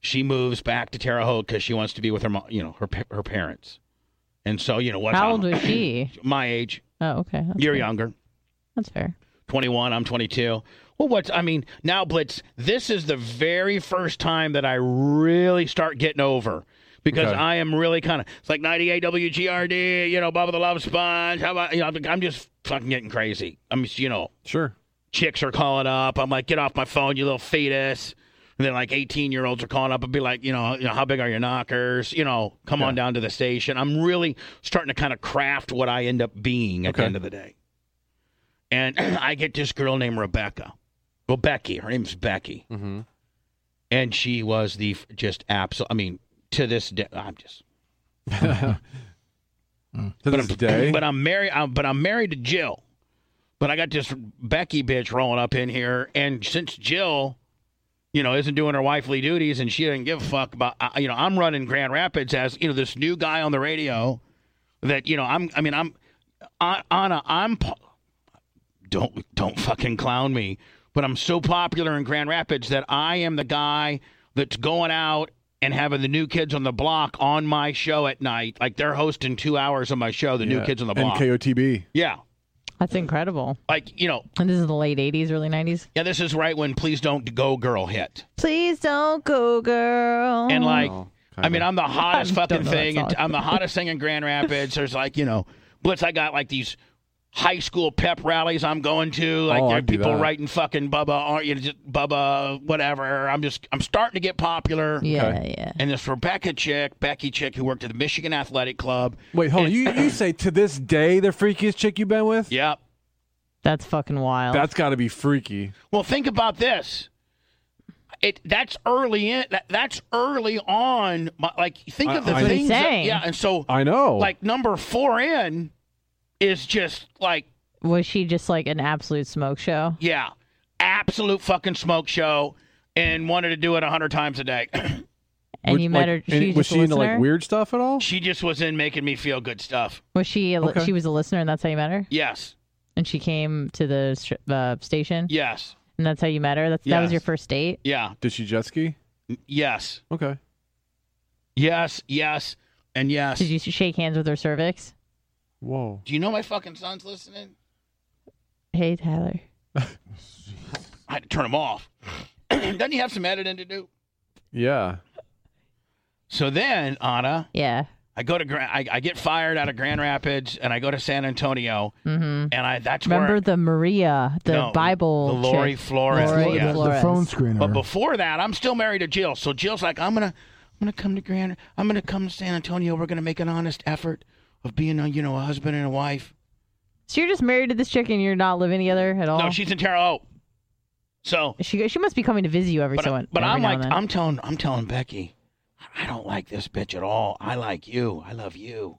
[SPEAKER 1] she moves back to Terre Haute because she wants to be with her mom, you know, her pa- her parents. And so you know what?
[SPEAKER 4] How old was
[SPEAKER 2] (clears throat)
[SPEAKER 4] she?
[SPEAKER 1] (coughs) My age.
[SPEAKER 4] Oh, okay. That's
[SPEAKER 1] You're
[SPEAKER 4] fair.
[SPEAKER 1] younger.
[SPEAKER 4] That's fair.
[SPEAKER 1] 21, I'm 22. Well, what's, I mean, now, Blitz, this is the very first time that I really start getting over because
[SPEAKER 2] Okay.
[SPEAKER 1] I am really kind of, it's like 98 WGRD, you know, Bubba the Love Sponge. How about, you know, I'm just fucking getting crazy. I'm just, you know,
[SPEAKER 2] (laughs) (laughs) Sure.
[SPEAKER 1] chicks are calling up. I'm like, get off my phone, you little fetus. And then like 18 year olds are calling up and be like, you know, you know, how big are your knockers? You know, come on down to the station. I'm really starting to kind of craft what I end up being at the
[SPEAKER 2] Okay.
[SPEAKER 1] end of the day. And (clears throat) I get this girl named Rebecca. Well, Becky. Her name's Becky
[SPEAKER 2] Mm-hmm.
[SPEAKER 1] and she was the f- just absolute. I mean, to this day, I'm just.
[SPEAKER 2] To this day.
[SPEAKER 1] But I'm married. I'm, but I'm married to Jill. But I got this Becky bitch rolling up in here, and since Jill, you know, isn't doing her wifely duties, and she doesn't give a fuck about, I- you know, I'm running Grand Rapids as you know this new guy on the radio. That you know, I'm. I mean, I'm. An- Anna, I'm. po- Don't don't fucking clown me. But I'm so popular in Grand Rapids that I am the guy that's going out and having the new kids on the block on my show at night. Like they're hosting two hours of my show, the new kids on the block.
[SPEAKER 2] And KOTB.
[SPEAKER 1] yeah.
[SPEAKER 4] That's incredible.
[SPEAKER 1] Like, you know,
[SPEAKER 4] And this is the late '80s, early '90s.
[SPEAKER 1] yeah, this is right when Please Don't Go Girl hit.
[SPEAKER 4] Please don't go, girl.
[SPEAKER 1] And like,
[SPEAKER 2] Oh,
[SPEAKER 1] I mean,
[SPEAKER 2] kinda.
[SPEAKER 1] I'm
[SPEAKER 2] (laughs)
[SPEAKER 1] the hottest
[SPEAKER 4] I
[SPEAKER 1] fucking
[SPEAKER 4] don't know that
[SPEAKER 1] thing. in-
[SPEAKER 4] song.
[SPEAKER 1] I'm the hottest thing in Grand Rapids. There's like, you know, Blitz, I got like these high school pep rallies I'm going to. Like,
[SPEAKER 2] Oh,
[SPEAKER 1] there are
[SPEAKER 2] I'd do
[SPEAKER 1] people
[SPEAKER 2] that.
[SPEAKER 1] writing fucking Bubba, or, you know, just Bubba, whatever. I'm just, I'm starting to get popular.
[SPEAKER 4] yeah, yeah.
[SPEAKER 1] And this Rebecca chick, Becky chick, who worked at the Michigan Athletic Club.
[SPEAKER 2] Wait, hold on. You,
[SPEAKER 1] (laughs)
[SPEAKER 2] you say to this day the freakiest chick you've been with?
[SPEAKER 1] Yep.
[SPEAKER 4] That's fucking wild.
[SPEAKER 2] That's got to be freaky.
[SPEAKER 1] Well, think about this. It that's early in that, that's early on. My, like think
[SPEAKER 2] I-
[SPEAKER 1] of the
[SPEAKER 2] I- That's what
[SPEAKER 4] he's
[SPEAKER 1] things. that-
[SPEAKER 4] saying.
[SPEAKER 1] yeah, and so
[SPEAKER 2] I know.
[SPEAKER 1] like number four in is just like
[SPEAKER 4] was she just like an absolute smoke show?
[SPEAKER 1] yeah, absolute fucking smoke show, and wanted to do it a hundred times a day. (clears throat)
[SPEAKER 4] And
[SPEAKER 2] Would-
[SPEAKER 4] you met
[SPEAKER 2] like,
[SPEAKER 4] her.
[SPEAKER 2] and
[SPEAKER 4] She
[SPEAKER 2] was
[SPEAKER 4] just a
[SPEAKER 2] she into like
[SPEAKER 4] listener?
[SPEAKER 2] weird stuff at all?
[SPEAKER 1] she just was in making me feel good stuff.
[SPEAKER 4] Was she? A, li-
[SPEAKER 2] Okay.
[SPEAKER 4] She was a listener, and that's how you met her.
[SPEAKER 1] Yes,
[SPEAKER 4] And she came to the stri- uh, station,
[SPEAKER 1] yes,
[SPEAKER 4] and that's how you met her. That's that was
[SPEAKER 1] Yes.
[SPEAKER 4] your first date.
[SPEAKER 1] yeah,
[SPEAKER 2] Did she jet ski?
[SPEAKER 1] yes,
[SPEAKER 2] Okay.
[SPEAKER 1] yes, yes, and yes.
[SPEAKER 4] Did you shake hands with her cervix?
[SPEAKER 2] Whoa.
[SPEAKER 1] do you know my fucking son's listening?
[SPEAKER 4] Hey, Tyler.
[SPEAKER 1] I had to turn him off. (clears throat) Doesn't he have some editing to do?
[SPEAKER 2] Yeah.
[SPEAKER 1] So then, Anna,
[SPEAKER 4] Yeah.
[SPEAKER 1] I go to Grand, I, I get fired out of Grand Rapids and I go to San Antonio
[SPEAKER 4] Mm-hmm.
[SPEAKER 1] and I that's
[SPEAKER 4] Remember
[SPEAKER 1] where
[SPEAKER 4] the Maria, the
[SPEAKER 1] No,
[SPEAKER 4] Bible,
[SPEAKER 1] the Lori
[SPEAKER 4] chick?
[SPEAKER 1] Flores,
[SPEAKER 4] Lori
[SPEAKER 1] yeah.
[SPEAKER 3] The, the
[SPEAKER 4] Flores.
[SPEAKER 3] phone screener.
[SPEAKER 1] But before that, I'm still married to Jill. So Jill's like, I'm gonna I'm gonna come to Grand I'm gonna come to San Antonio. We're gonna make an honest effort of being a you know a husband and a wife.
[SPEAKER 4] So you're just married to this chick, and you're not living together at all.
[SPEAKER 1] No, she's in Terre Haute. So
[SPEAKER 4] she she must be coming to visit you every
[SPEAKER 1] but,
[SPEAKER 4] so
[SPEAKER 1] I-
[SPEAKER 4] and
[SPEAKER 1] but
[SPEAKER 4] every
[SPEAKER 1] I'm
[SPEAKER 4] now
[SPEAKER 1] like
[SPEAKER 4] and then.
[SPEAKER 1] I'm telling I'm telling Becky, I don't like this bitch at all. I like you. I love you.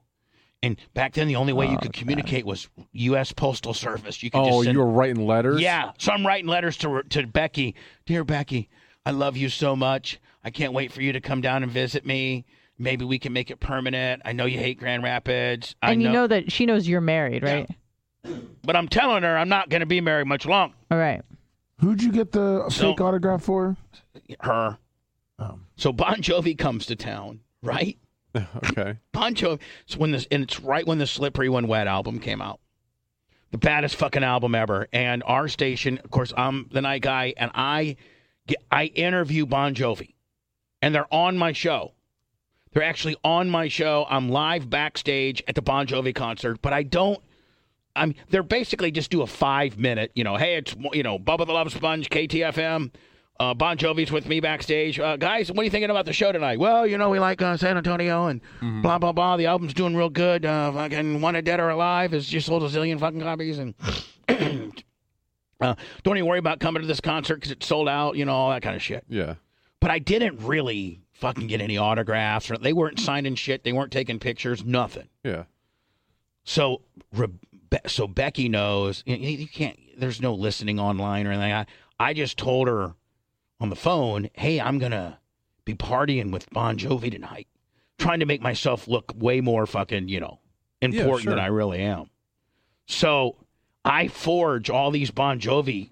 [SPEAKER 1] And back then, the only way you
[SPEAKER 4] Oh,
[SPEAKER 1] could communicate was U.S. Postal Service. You could
[SPEAKER 2] Oh,
[SPEAKER 1] just send
[SPEAKER 2] you were writing letters?
[SPEAKER 1] Yeah. So I'm writing letters to to Becky. Dear Becky, I love you so much. I can't wait for you to come down and visit me. Maybe we can make it permanent. I know you hate Grand Rapids. I
[SPEAKER 4] and you know that she knows you're married, right?
[SPEAKER 1] but I'm telling her I'm not going to be married much long.
[SPEAKER 4] All right.
[SPEAKER 3] Who'd you get the
[SPEAKER 1] So-
[SPEAKER 3] fake autograph for?
[SPEAKER 1] Her.
[SPEAKER 3] Um.
[SPEAKER 1] So Bon Jovi comes to town, right?
[SPEAKER 2] (laughs) okay.
[SPEAKER 1] Bon Jovi. So when this and it's right when the Slippery When Wet album came out. the baddest fucking album ever. And our station, of course, I'm the night guy, and I get, I interview Bon Jovi, and they're on my show. They're actually on my show. I'm live backstage at the Bon Jovi concert, but I don't. I'm. They're basically just do a five minute. You know, hey, it's you know Bubba the Love Sponge, KTFM. Uh, bon Jovi's with me backstage. Uh, guys, what are you thinking about the show tonight? Well, you know, we like uh, San Antonio and blah, blah, blah. The album's doing real good. Uh, fucking Wanted Dead or Alive has just sold a zillion fucking copies. And (clears throat) uh, don't even worry about coming to this concert because it's sold out, you know, all that kind of shit
[SPEAKER 2] Yeah.
[SPEAKER 1] but I didn't really fucking get any autographs. Or they weren't signing shit. They weren't taking pictures. Nothing.
[SPEAKER 2] Yeah.
[SPEAKER 1] So, Rebe- so Becky knows. You, you you can't. There's no listening online or anything. I, I just told her on the phone, "Hey, I'm gonna be partying with Bon Jovi tonight, trying to make myself look way more fucking, you know, important
[SPEAKER 2] sure.
[SPEAKER 1] than I really am." So, I forge all these Bon Jovi.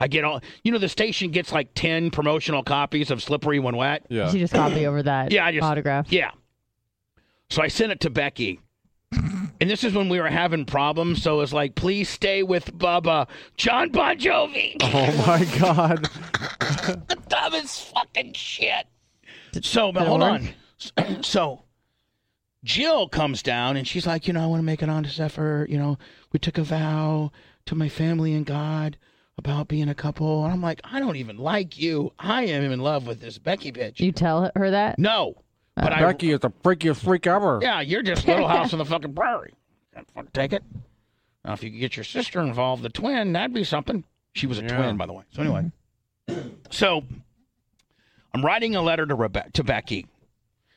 [SPEAKER 1] I get all, you know, the station gets like 10 promotional copies of Slippery When Wet.
[SPEAKER 2] Yeah.
[SPEAKER 4] You just copy over that
[SPEAKER 1] Yeah, I just-
[SPEAKER 4] autograph.
[SPEAKER 1] Yeah. So I sent it to Becky. And this is when we were having problems. So it's like, please stay with Bubba. John Bon Jovi. (laughs)
[SPEAKER 2] Oh my God.
[SPEAKER 1] the dumbest fucking shit. So, but
[SPEAKER 4] did it
[SPEAKER 1] hold
[SPEAKER 4] work?
[SPEAKER 1] on. (clears throat) So, Jill comes down and she's like, you know, I want to make an honest effort. You know, we took a vow to my family and God about being a couple. And I'm like, I don't even like you. I am in love with this Becky bitch.
[SPEAKER 4] You Uh, tell her that?
[SPEAKER 1] no. But (laughs) I,
[SPEAKER 2] Becky is the freakiest freak ever.
[SPEAKER 1] yeah, you're just Little House on the fucking Prairie. Can't fucking take it. Now, if you could get your sister involved, the twin, that'd be something. She was a
[SPEAKER 2] Yeah.
[SPEAKER 1] twin, by the way. So anyway, so I'm writing a letter to Rebe- to Becky.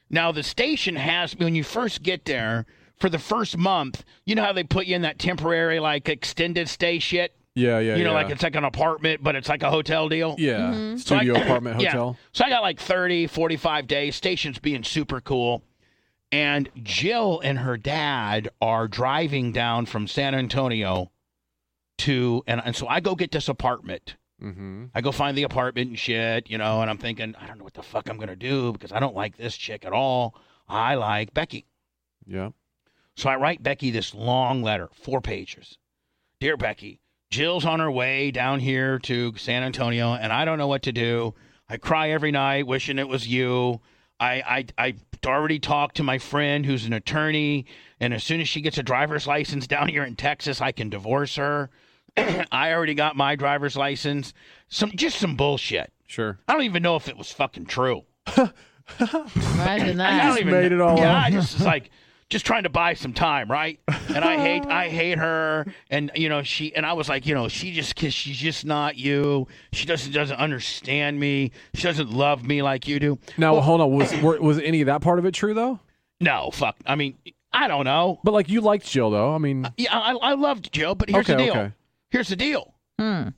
[SPEAKER 1] Now the station has when you first get there for the first month, you know how they put you in that temporary like extended stay shit.
[SPEAKER 2] Yeah. Yeah.
[SPEAKER 1] you know,
[SPEAKER 2] yeah.
[SPEAKER 1] like it's like an apartment, but it's like a hotel deal.
[SPEAKER 2] yeah.
[SPEAKER 4] Mm-hmm.
[SPEAKER 2] Studio apartment
[SPEAKER 1] Yeah.
[SPEAKER 2] hotel.
[SPEAKER 1] So I got like 30, 45 days. Station's being super cool. And Jill and her dad are driving down from San Antonio to, and, and so I go get this apartment.
[SPEAKER 2] Mm-hmm.
[SPEAKER 1] I go find the apartment and shit, you know, and I'm thinking, I don't know what the fuck I'm going to do because I don't like this chick at all. I like Becky.
[SPEAKER 2] Yeah.
[SPEAKER 1] So I write Becky this long letter, four pages. Dear Becky, Jill's on her way down here to San Antonio, and I don't know what to do. I cry every night wishing it was you. I, I, I already talked to my friend who's an attorney, and as soon as she gets a driver's license down here in Texas, I can divorce her. (clears throat) I already got my driver's license. Some just some bullshit.
[SPEAKER 2] Sure.
[SPEAKER 1] I don't even know if it was fucking true.
[SPEAKER 4] Imagine
[SPEAKER 1] I
[SPEAKER 4] that.
[SPEAKER 1] don't even
[SPEAKER 2] made it all
[SPEAKER 1] Yeah,
[SPEAKER 2] up.
[SPEAKER 1] I just was like just trying to buy some time, right? And I hate
[SPEAKER 2] (laughs)
[SPEAKER 1] I hate her and you know she and I was like, you know, she just cuz she's just not you. She doesn't doesn't understand me. She doesn't love me like you do.
[SPEAKER 2] Now hold on. Was were, was any of that part of it true though?
[SPEAKER 1] No, fuck. I mean, I don't know.
[SPEAKER 2] But like you liked Jill though. I mean.
[SPEAKER 1] Yeah, I I loved Jill, but here's
[SPEAKER 2] okay.
[SPEAKER 1] the deal.
[SPEAKER 2] Okay.
[SPEAKER 1] Here's the deal.
[SPEAKER 4] Hmm.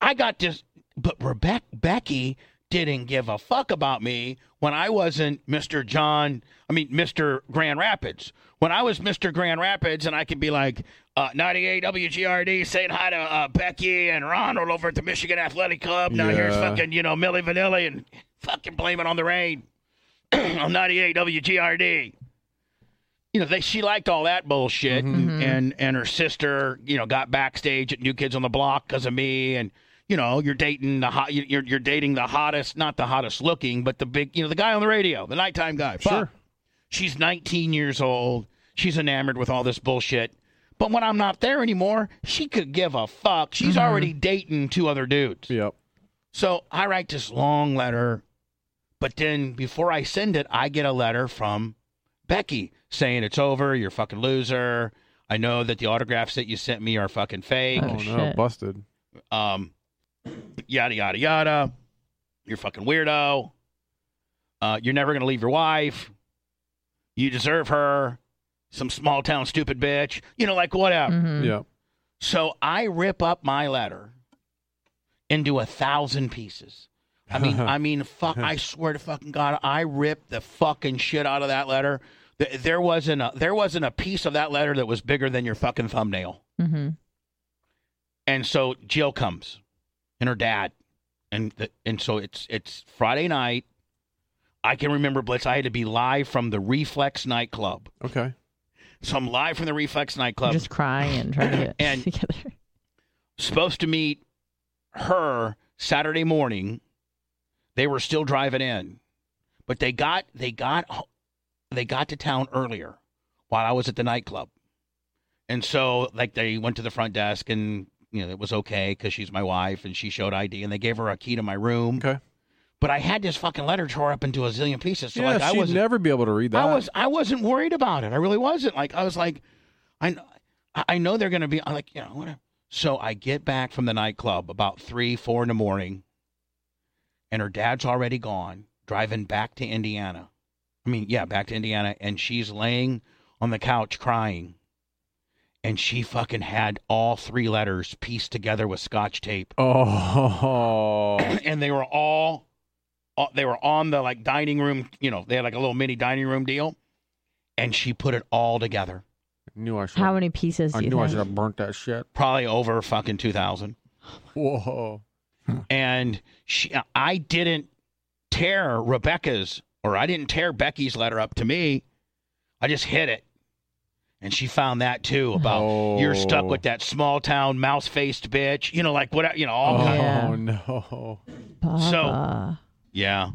[SPEAKER 1] I got this, but Rebecca Becky didn't give a fuck about me when I wasn't Mr. John. I mean, Mr. Grand Rapids. When I was Mr. Grand Rapids, and I could be like uh, 98 WGRD saying hi to uh, Becky and Ronald over at the Michigan Athletic Club. Now here's
[SPEAKER 2] Yeah.
[SPEAKER 1] fucking you know Millie Vanilli and fucking blame it on the rain (clears throat) on 98 WGRD. You know, they she liked all that bullshit, and, and and her sister, you know, got backstage at New Kids on the Block because of me, and you know, you're dating the hot, you- you're you're dating the hottest, not the hottest looking, but the big, you know, the guy on the radio, the nighttime guy. Fuck.
[SPEAKER 2] Sure.
[SPEAKER 1] She's 19 years old. She's enamored with all this bullshit. But when I'm not there anymore, she could give a fuck. She's already dating two other dudes.
[SPEAKER 2] Yep.
[SPEAKER 1] So I write this long letter, but then before I send it, I get a letter from Becky saying it's over, you're a fucking loser. I know that the autographs that you sent me are fucking fake.
[SPEAKER 2] Oh
[SPEAKER 4] Oh,
[SPEAKER 2] no.
[SPEAKER 4] shit.
[SPEAKER 2] Busted.
[SPEAKER 1] Um, yada yada yada. You're a fucking weirdo. Uh, you're never gonna leave your wife. You deserve her. Some small town stupid bitch. You know, like whatever.
[SPEAKER 4] Mhm.
[SPEAKER 2] Yeah.
[SPEAKER 1] So I rip up my letter into a thousand pieces. I mean, I mean, fuck! I swear to fucking God, I ripped the fucking shit out of that letter. Th- There wasn't a there wasn't a piece of that letter that was bigger than your fucking thumbnail.
[SPEAKER 4] Mhm.
[SPEAKER 1] And so Jill comes, and her dad, and the, and so it's it's Friday night. I can remember Blitz. I had to be live from the Reflex nightclub.
[SPEAKER 2] Okay.
[SPEAKER 1] So I'm live from the Reflex nightclub.
[SPEAKER 4] just crying and trying to get
[SPEAKER 1] (laughs) And-
[SPEAKER 4] together.
[SPEAKER 1] supposed to meet her Saturday morning. They were still driving in, but they got they got they got to town earlier while I was at the nightclub, and so like they went to the front desk and you know it was okay because she's my wife and she showed ID and they gave her a key to my room.
[SPEAKER 2] Okay.
[SPEAKER 1] But I had this fucking letter tore up into a zillion pieces, so
[SPEAKER 2] yeah,
[SPEAKER 1] like I
[SPEAKER 2] she'd
[SPEAKER 1] was
[SPEAKER 2] never be able to read that.
[SPEAKER 1] I was I wasn't worried about it. I really wasn't. Like I was like, I kn- I- I know they're gonna be. I'm like you know whatever. So I get back from the nightclub about three four in the morning, and her dad's already gone driving back to Indiana. I mean yeah, back to Indiana, and she's laying on the couch crying, and she fucking had all three letters pieced together with scotch tape,
[SPEAKER 2] Oh, (coughs)
[SPEAKER 1] and they were all. all- They were on the like dining room, you know, they had like a little mini dining room deal, and she put it all together.
[SPEAKER 2] knew I should.
[SPEAKER 4] How many pieces
[SPEAKER 2] I
[SPEAKER 4] do you
[SPEAKER 2] knew I
[SPEAKER 4] think?
[SPEAKER 2] should have burnt that shit.
[SPEAKER 1] probably over fucking 2000
[SPEAKER 2] Whoa.
[SPEAKER 1] and she i didn't tear rebecca's or i didn't tear becky's letter up to me i just hit it and she found that too about you're stuck
[SPEAKER 2] Oh.
[SPEAKER 1] with that small town mouse faced bitch you know like what you know all
[SPEAKER 2] Oh
[SPEAKER 1] kinds-
[SPEAKER 4] Yeah.
[SPEAKER 2] no.
[SPEAKER 1] So-
[SPEAKER 4] Baba.
[SPEAKER 1] yeah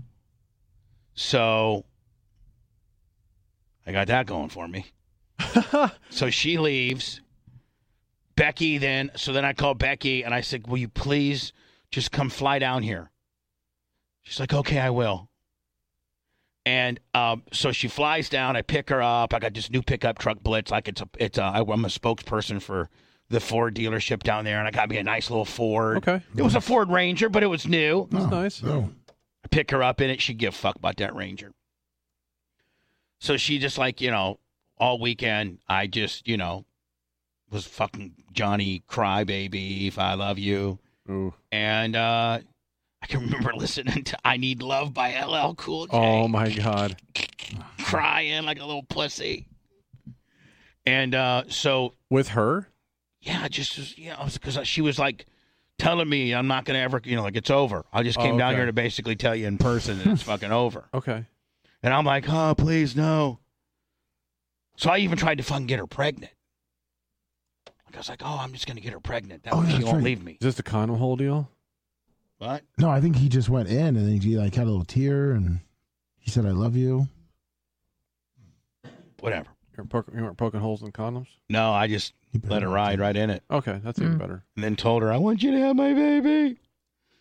[SPEAKER 1] so i got that going for me so she leaves becky then so then i call becky and i said will you please just come fly down here she's like okay i will and um, so she flies down i pick her up i got this new pickup truck blitz like it's a it's a i'm a spokesperson for the ford dealership down there and i got me a nice little ford
[SPEAKER 2] Okay.
[SPEAKER 1] it was a ford ranger but it was new
[SPEAKER 2] That's
[SPEAKER 3] Oh,
[SPEAKER 2] nice.
[SPEAKER 3] oh.
[SPEAKER 1] pick her up in it. She give a fuck about that ranger. So she just like you know all weekend. I just you know was fucking Johnny crybaby. If I love you,
[SPEAKER 2] Ooh.
[SPEAKER 1] and uh I can remember (laughs) listening to "I Need Love" by LL Cool J,
[SPEAKER 2] Oh my god.
[SPEAKER 1] crying like a little pussy. And uh so
[SPEAKER 2] With her?
[SPEAKER 1] yeah, just as- you know, because she was like telling me I'm not gonna ever, you know, like it's over. I just came
[SPEAKER 2] Oh,
[SPEAKER 1] down
[SPEAKER 2] okay.
[SPEAKER 1] here to basically tell you in person that it's fucking over.
[SPEAKER 2] Okay.
[SPEAKER 1] And I'm like, oh, please, no. So I even tried to fucking get her pregnant. Like, I was like, oh, I'm just going to get her pregnant. That
[SPEAKER 3] Oh,
[SPEAKER 1] way
[SPEAKER 3] yeah,
[SPEAKER 1] she
[SPEAKER 3] that's
[SPEAKER 1] won't
[SPEAKER 3] right.
[SPEAKER 1] leave me.
[SPEAKER 2] Is this the condom hole deal?
[SPEAKER 1] What?
[SPEAKER 3] No, I think he just went in and then he like had a little tear and he said, "I love you."
[SPEAKER 1] Whatever.
[SPEAKER 2] You weren't, poking, you weren't poking holes in condoms?
[SPEAKER 1] No, I just
[SPEAKER 3] He put
[SPEAKER 1] let her
[SPEAKER 3] on
[SPEAKER 1] ride
[SPEAKER 3] tape.
[SPEAKER 1] right in it
[SPEAKER 2] Okay, that's even
[SPEAKER 4] Mm.
[SPEAKER 2] better.
[SPEAKER 1] and then told her, I want you to have my baby.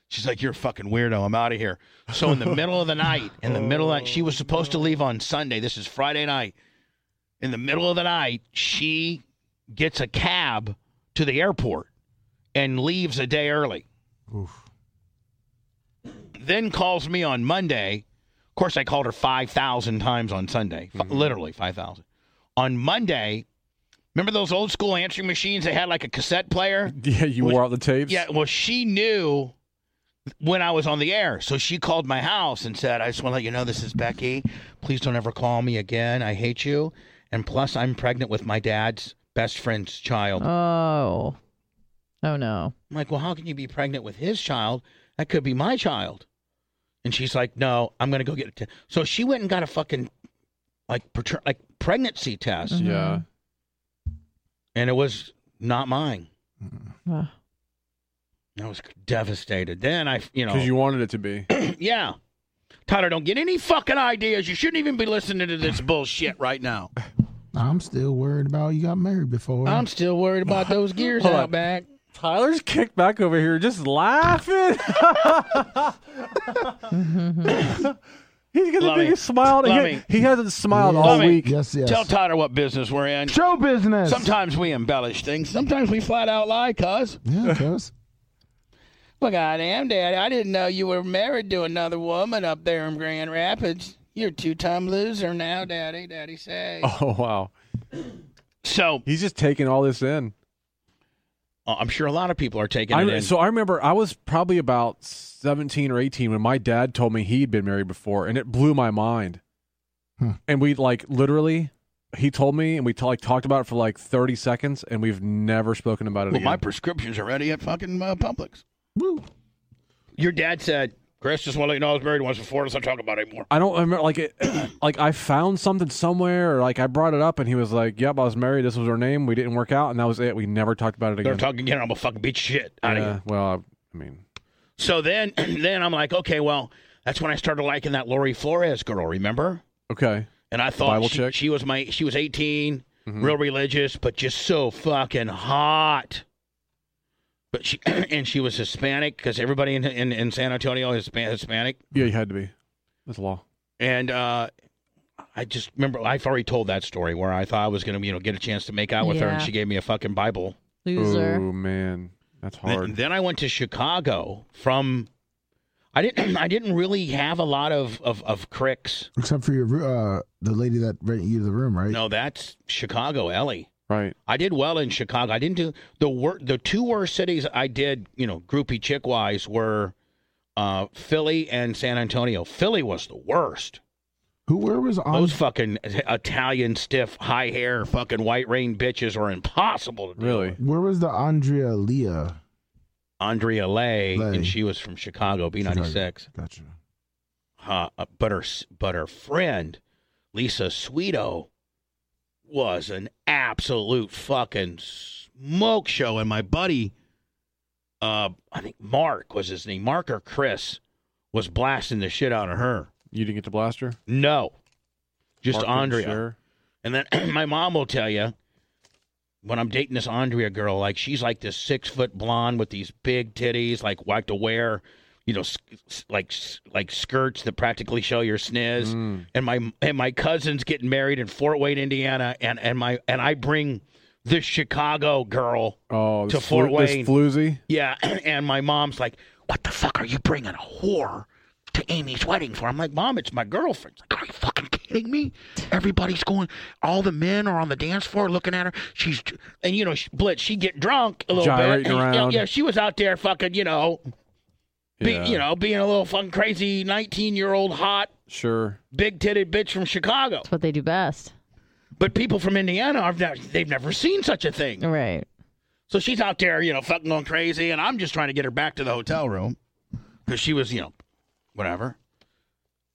[SPEAKER 1] She's like, you're a fucking weirdo. I'm out of here. So in the middle of the night, in the middle of she was supposed to leave on Sunday. This is Friday night. In the middle of the night, she gets a cab to the airport and leaves a day early.
[SPEAKER 3] Oof.
[SPEAKER 1] then calls me on Monday. Of course, I called her 5,000 times on Sunday, F- literally 5,000. On Monday, remember those old school answering machines? They had like a cassette player?
[SPEAKER 2] Yeah, you
[SPEAKER 1] Was-
[SPEAKER 2] wore out the tapes?
[SPEAKER 1] Yeah, well, she knew when I was on the air. So she called my house and said, I just want to let you know this is Becky. Please don't ever call me again. I hate you. And plus, I'm pregnant with my dad's best friend's child.
[SPEAKER 4] Oh. Oh no.
[SPEAKER 1] I'm like, well, how can you be pregnant with his child? That could be my child. And she's like, no, I'm going to go get it. So she went and got a fucking like preter- like pregnancy test,
[SPEAKER 2] Yeah.
[SPEAKER 1] and it was not mine.
[SPEAKER 4] Wow.
[SPEAKER 1] I was devastated. Then I, you know,
[SPEAKER 2] Because you wanted it to be.
[SPEAKER 1] yeah. Tyler, don't get any fucking ideas. You shouldn't even be listening to this bullshit right now.
[SPEAKER 3] I'm still worried about you got married
[SPEAKER 1] (laughs)
[SPEAKER 3] before.
[SPEAKER 1] I'm still worried about those gears
[SPEAKER 2] Hold on.
[SPEAKER 1] out back.
[SPEAKER 2] (clears throat) Tyler's kicked back over here just (laughs) laughing. He's got the
[SPEAKER 1] Lummy.
[SPEAKER 2] biggest smile. He,
[SPEAKER 1] Lummy.
[SPEAKER 2] he hasn't smiled all
[SPEAKER 1] Lummy.
[SPEAKER 2] week.
[SPEAKER 3] yes, yes.
[SPEAKER 1] Tell Tyler what business we're in.
[SPEAKER 3] Show business.
[SPEAKER 1] Sometimes we embellish things. Sometimes we flat out lie, cuz.
[SPEAKER 3] Yeah, cuz.
[SPEAKER 1] Look, I am, Daddy. I didn't know you were married to another woman up there in Grand Rapids. You're a two-time loser now, Daddy. Daddy say.
[SPEAKER 2] Oh, wow.
[SPEAKER 1] So uh,
[SPEAKER 2] He's just taking all this in.
[SPEAKER 1] I'm sure a lot of people are taking
[SPEAKER 2] I,
[SPEAKER 1] it in.
[SPEAKER 2] So I remember I was probably about 17 or 18 when my dad told me he'd been married before, and it blew my mind.
[SPEAKER 3] Hmm.
[SPEAKER 2] And we like literally, he told me, and we t- like talked about it for like 30 seconds, and we've never spoken about it
[SPEAKER 1] well, my
[SPEAKER 2] again.
[SPEAKER 1] prescriptions are ready at fucking uh, Publix.
[SPEAKER 3] Woo.
[SPEAKER 1] Your dad said, Chris, just want to let you know I was married once before. Let's not talk about it anymore.
[SPEAKER 2] I don't remember like it, (clears throat) like I found something somewhere or like I brought it up and he was like, "Yep, I was married. This was her name. We didn't work out, and that was it. We never talked about it
[SPEAKER 1] They're
[SPEAKER 2] again."
[SPEAKER 1] talking again. I'm a fucking beat shit out of
[SPEAKER 2] Yeah,
[SPEAKER 1] here.
[SPEAKER 2] well, I, I mean,
[SPEAKER 1] So then, (clears throat) then I'm like, okay, well, that's when I started liking that Lori Flores girl. Remember?
[SPEAKER 2] okay,
[SPEAKER 1] And I
[SPEAKER 2] Bible
[SPEAKER 1] thought she,
[SPEAKER 2] chick? Mm-hmm.
[SPEAKER 1] she was my she was 18, real religious, but just so fucking hot. But she (clears throat) and she was Hispanic because everybody in, in in San Antonio is Hispa- Hispanic.
[SPEAKER 2] yeah, you had to be. That's law.
[SPEAKER 1] And uh, I just remember I've already told that story where I thought I was gonna you know get a chance to make out with her, and
[SPEAKER 4] Yeah.
[SPEAKER 1] she gave me a fucking Bible.
[SPEAKER 4] Loser.
[SPEAKER 2] Oh man, that's
[SPEAKER 1] Th-
[SPEAKER 2] hard.
[SPEAKER 1] then I went to Chicago from. I didn't. (clears throat) I didn't really have a lot of of, of cricks.
[SPEAKER 3] Except for your roo- uh, the lady that rented you the room, right?
[SPEAKER 1] No, that's Chicago, Ellie.
[SPEAKER 2] right?
[SPEAKER 1] I did well in Chicago. I didn't do the wor- The two worst cities I did, you know, groupie chick wise, were uh, Philly and San Antonio. Philly was the worst.
[SPEAKER 3] Who? Where was on?
[SPEAKER 1] Those fucking Italian stiff, high hair, fucking white rain bitches were impossible to do.
[SPEAKER 2] Really?
[SPEAKER 3] Where was the Andrea Leah?
[SPEAKER 1] Andrea Lay,
[SPEAKER 3] Lay.
[SPEAKER 1] and she was from Chicago, B ninety six.
[SPEAKER 3] Gotcha.
[SPEAKER 1] uh, but her but her friend Lisa Sweeto was an absolute fucking smoke show, and my buddy, uh, I think Mark was his name, Mark or Chris, was blasting the shit out of her.
[SPEAKER 2] You didn't get to blaster?
[SPEAKER 1] No, just
[SPEAKER 2] Mark didn't
[SPEAKER 1] Andrea.
[SPEAKER 2] share?
[SPEAKER 1] And then (clears throat) my mom will tell you when I'm dating this Andrea girl, like she's like this six foot blonde with these big titties, like like to wear, you know, s- s- like s- like skirts that practically show your sniz.
[SPEAKER 2] Mm.
[SPEAKER 1] And my and my cousin's getting married in Fort Wayne, Indiana, and and my and I bring this Chicago girl,
[SPEAKER 2] Oh,
[SPEAKER 1] To
[SPEAKER 2] this
[SPEAKER 1] Fort
[SPEAKER 2] flu- this
[SPEAKER 1] Wayne.
[SPEAKER 2] floozy.
[SPEAKER 1] yeah, (clears throat) and my mom's like, "What the fuck are you bringing a whore?" To Amy's wedding for. I'm like, Mom, it's my girlfriend. She's like, are you fucking kidding me? Everybody's going. All the men are on the dance floor looking at her. She's and you know, she, Blitz. She get drunk a little bit.
[SPEAKER 2] Gyrating
[SPEAKER 1] Yeah,
[SPEAKER 2] around.
[SPEAKER 1] yeah, she was out there fucking. You know, be,
[SPEAKER 2] Yeah,
[SPEAKER 1] you know, being a little fucking crazy 19 year old hot
[SPEAKER 2] sure.
[SPEAKER 1] big titted bitch from Chicago.
[SPEAKER 4] That's what they do best.
[SPEAKER 1] But people from Indiana are they've never seen such a thing.
[SPEAKER 4] Right.
[SPEAKER 1] So she's out there, you know, fucking going crazy, and I'm just trying to get her back to the hotel room because she was, you know, whatever.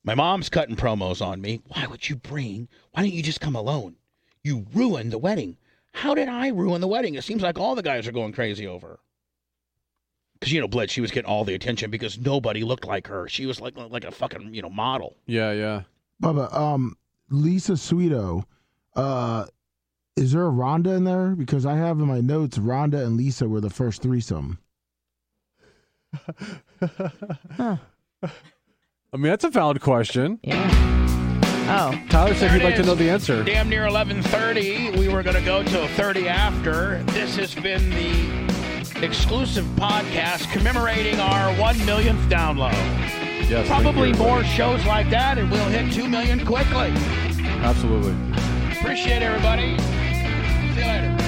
[SPEAKER 1] My mom's cutting promos on me. Why would you bring? Why don't you just come alone? You ruined the wedding. How did I ruin the wedding? It seems like all the guys are going crazy over her. Because, you know, Blitz, she was getting all the attention because nobody looked like her. She was like like a fucking, you know, model.
[SPEAKER 2] Yeah, yeah.
[SPEAKER 3] Bubba, um, Lisa Sweeto, uh, is there a Rhonda in there? Because I have in my notes Rhonda and Lisa were the first threesome.
[SPEAKER 2] I mean, that's a valid question.
[SPEAKER 4] Yeah. Oh.
[SPEAKER 2] Tyler said
[SPEAKER 1] There
[SPEAKER 2] he'd
[SPEAKER 1] it
[SPEAKER 2] like to
[SPEAKER 1] is.
[SPEAKER 2] know the answer.
[SPEAKER 1] Damn near 11:30. We were going to go till 30 after. This has been the exclusive podcast commemorating our 1 millionth download.
[SPEAKER 2] Yes, thank
[SPEAKER 1] Probably
[SPEAKER 2] you.
[SPEAKER 1] more shows like that and we'll hit 2 million quickly.
[SPEAKER 2] Absolutely.
[SPEAKER 1] Appreciate everybody. See you later.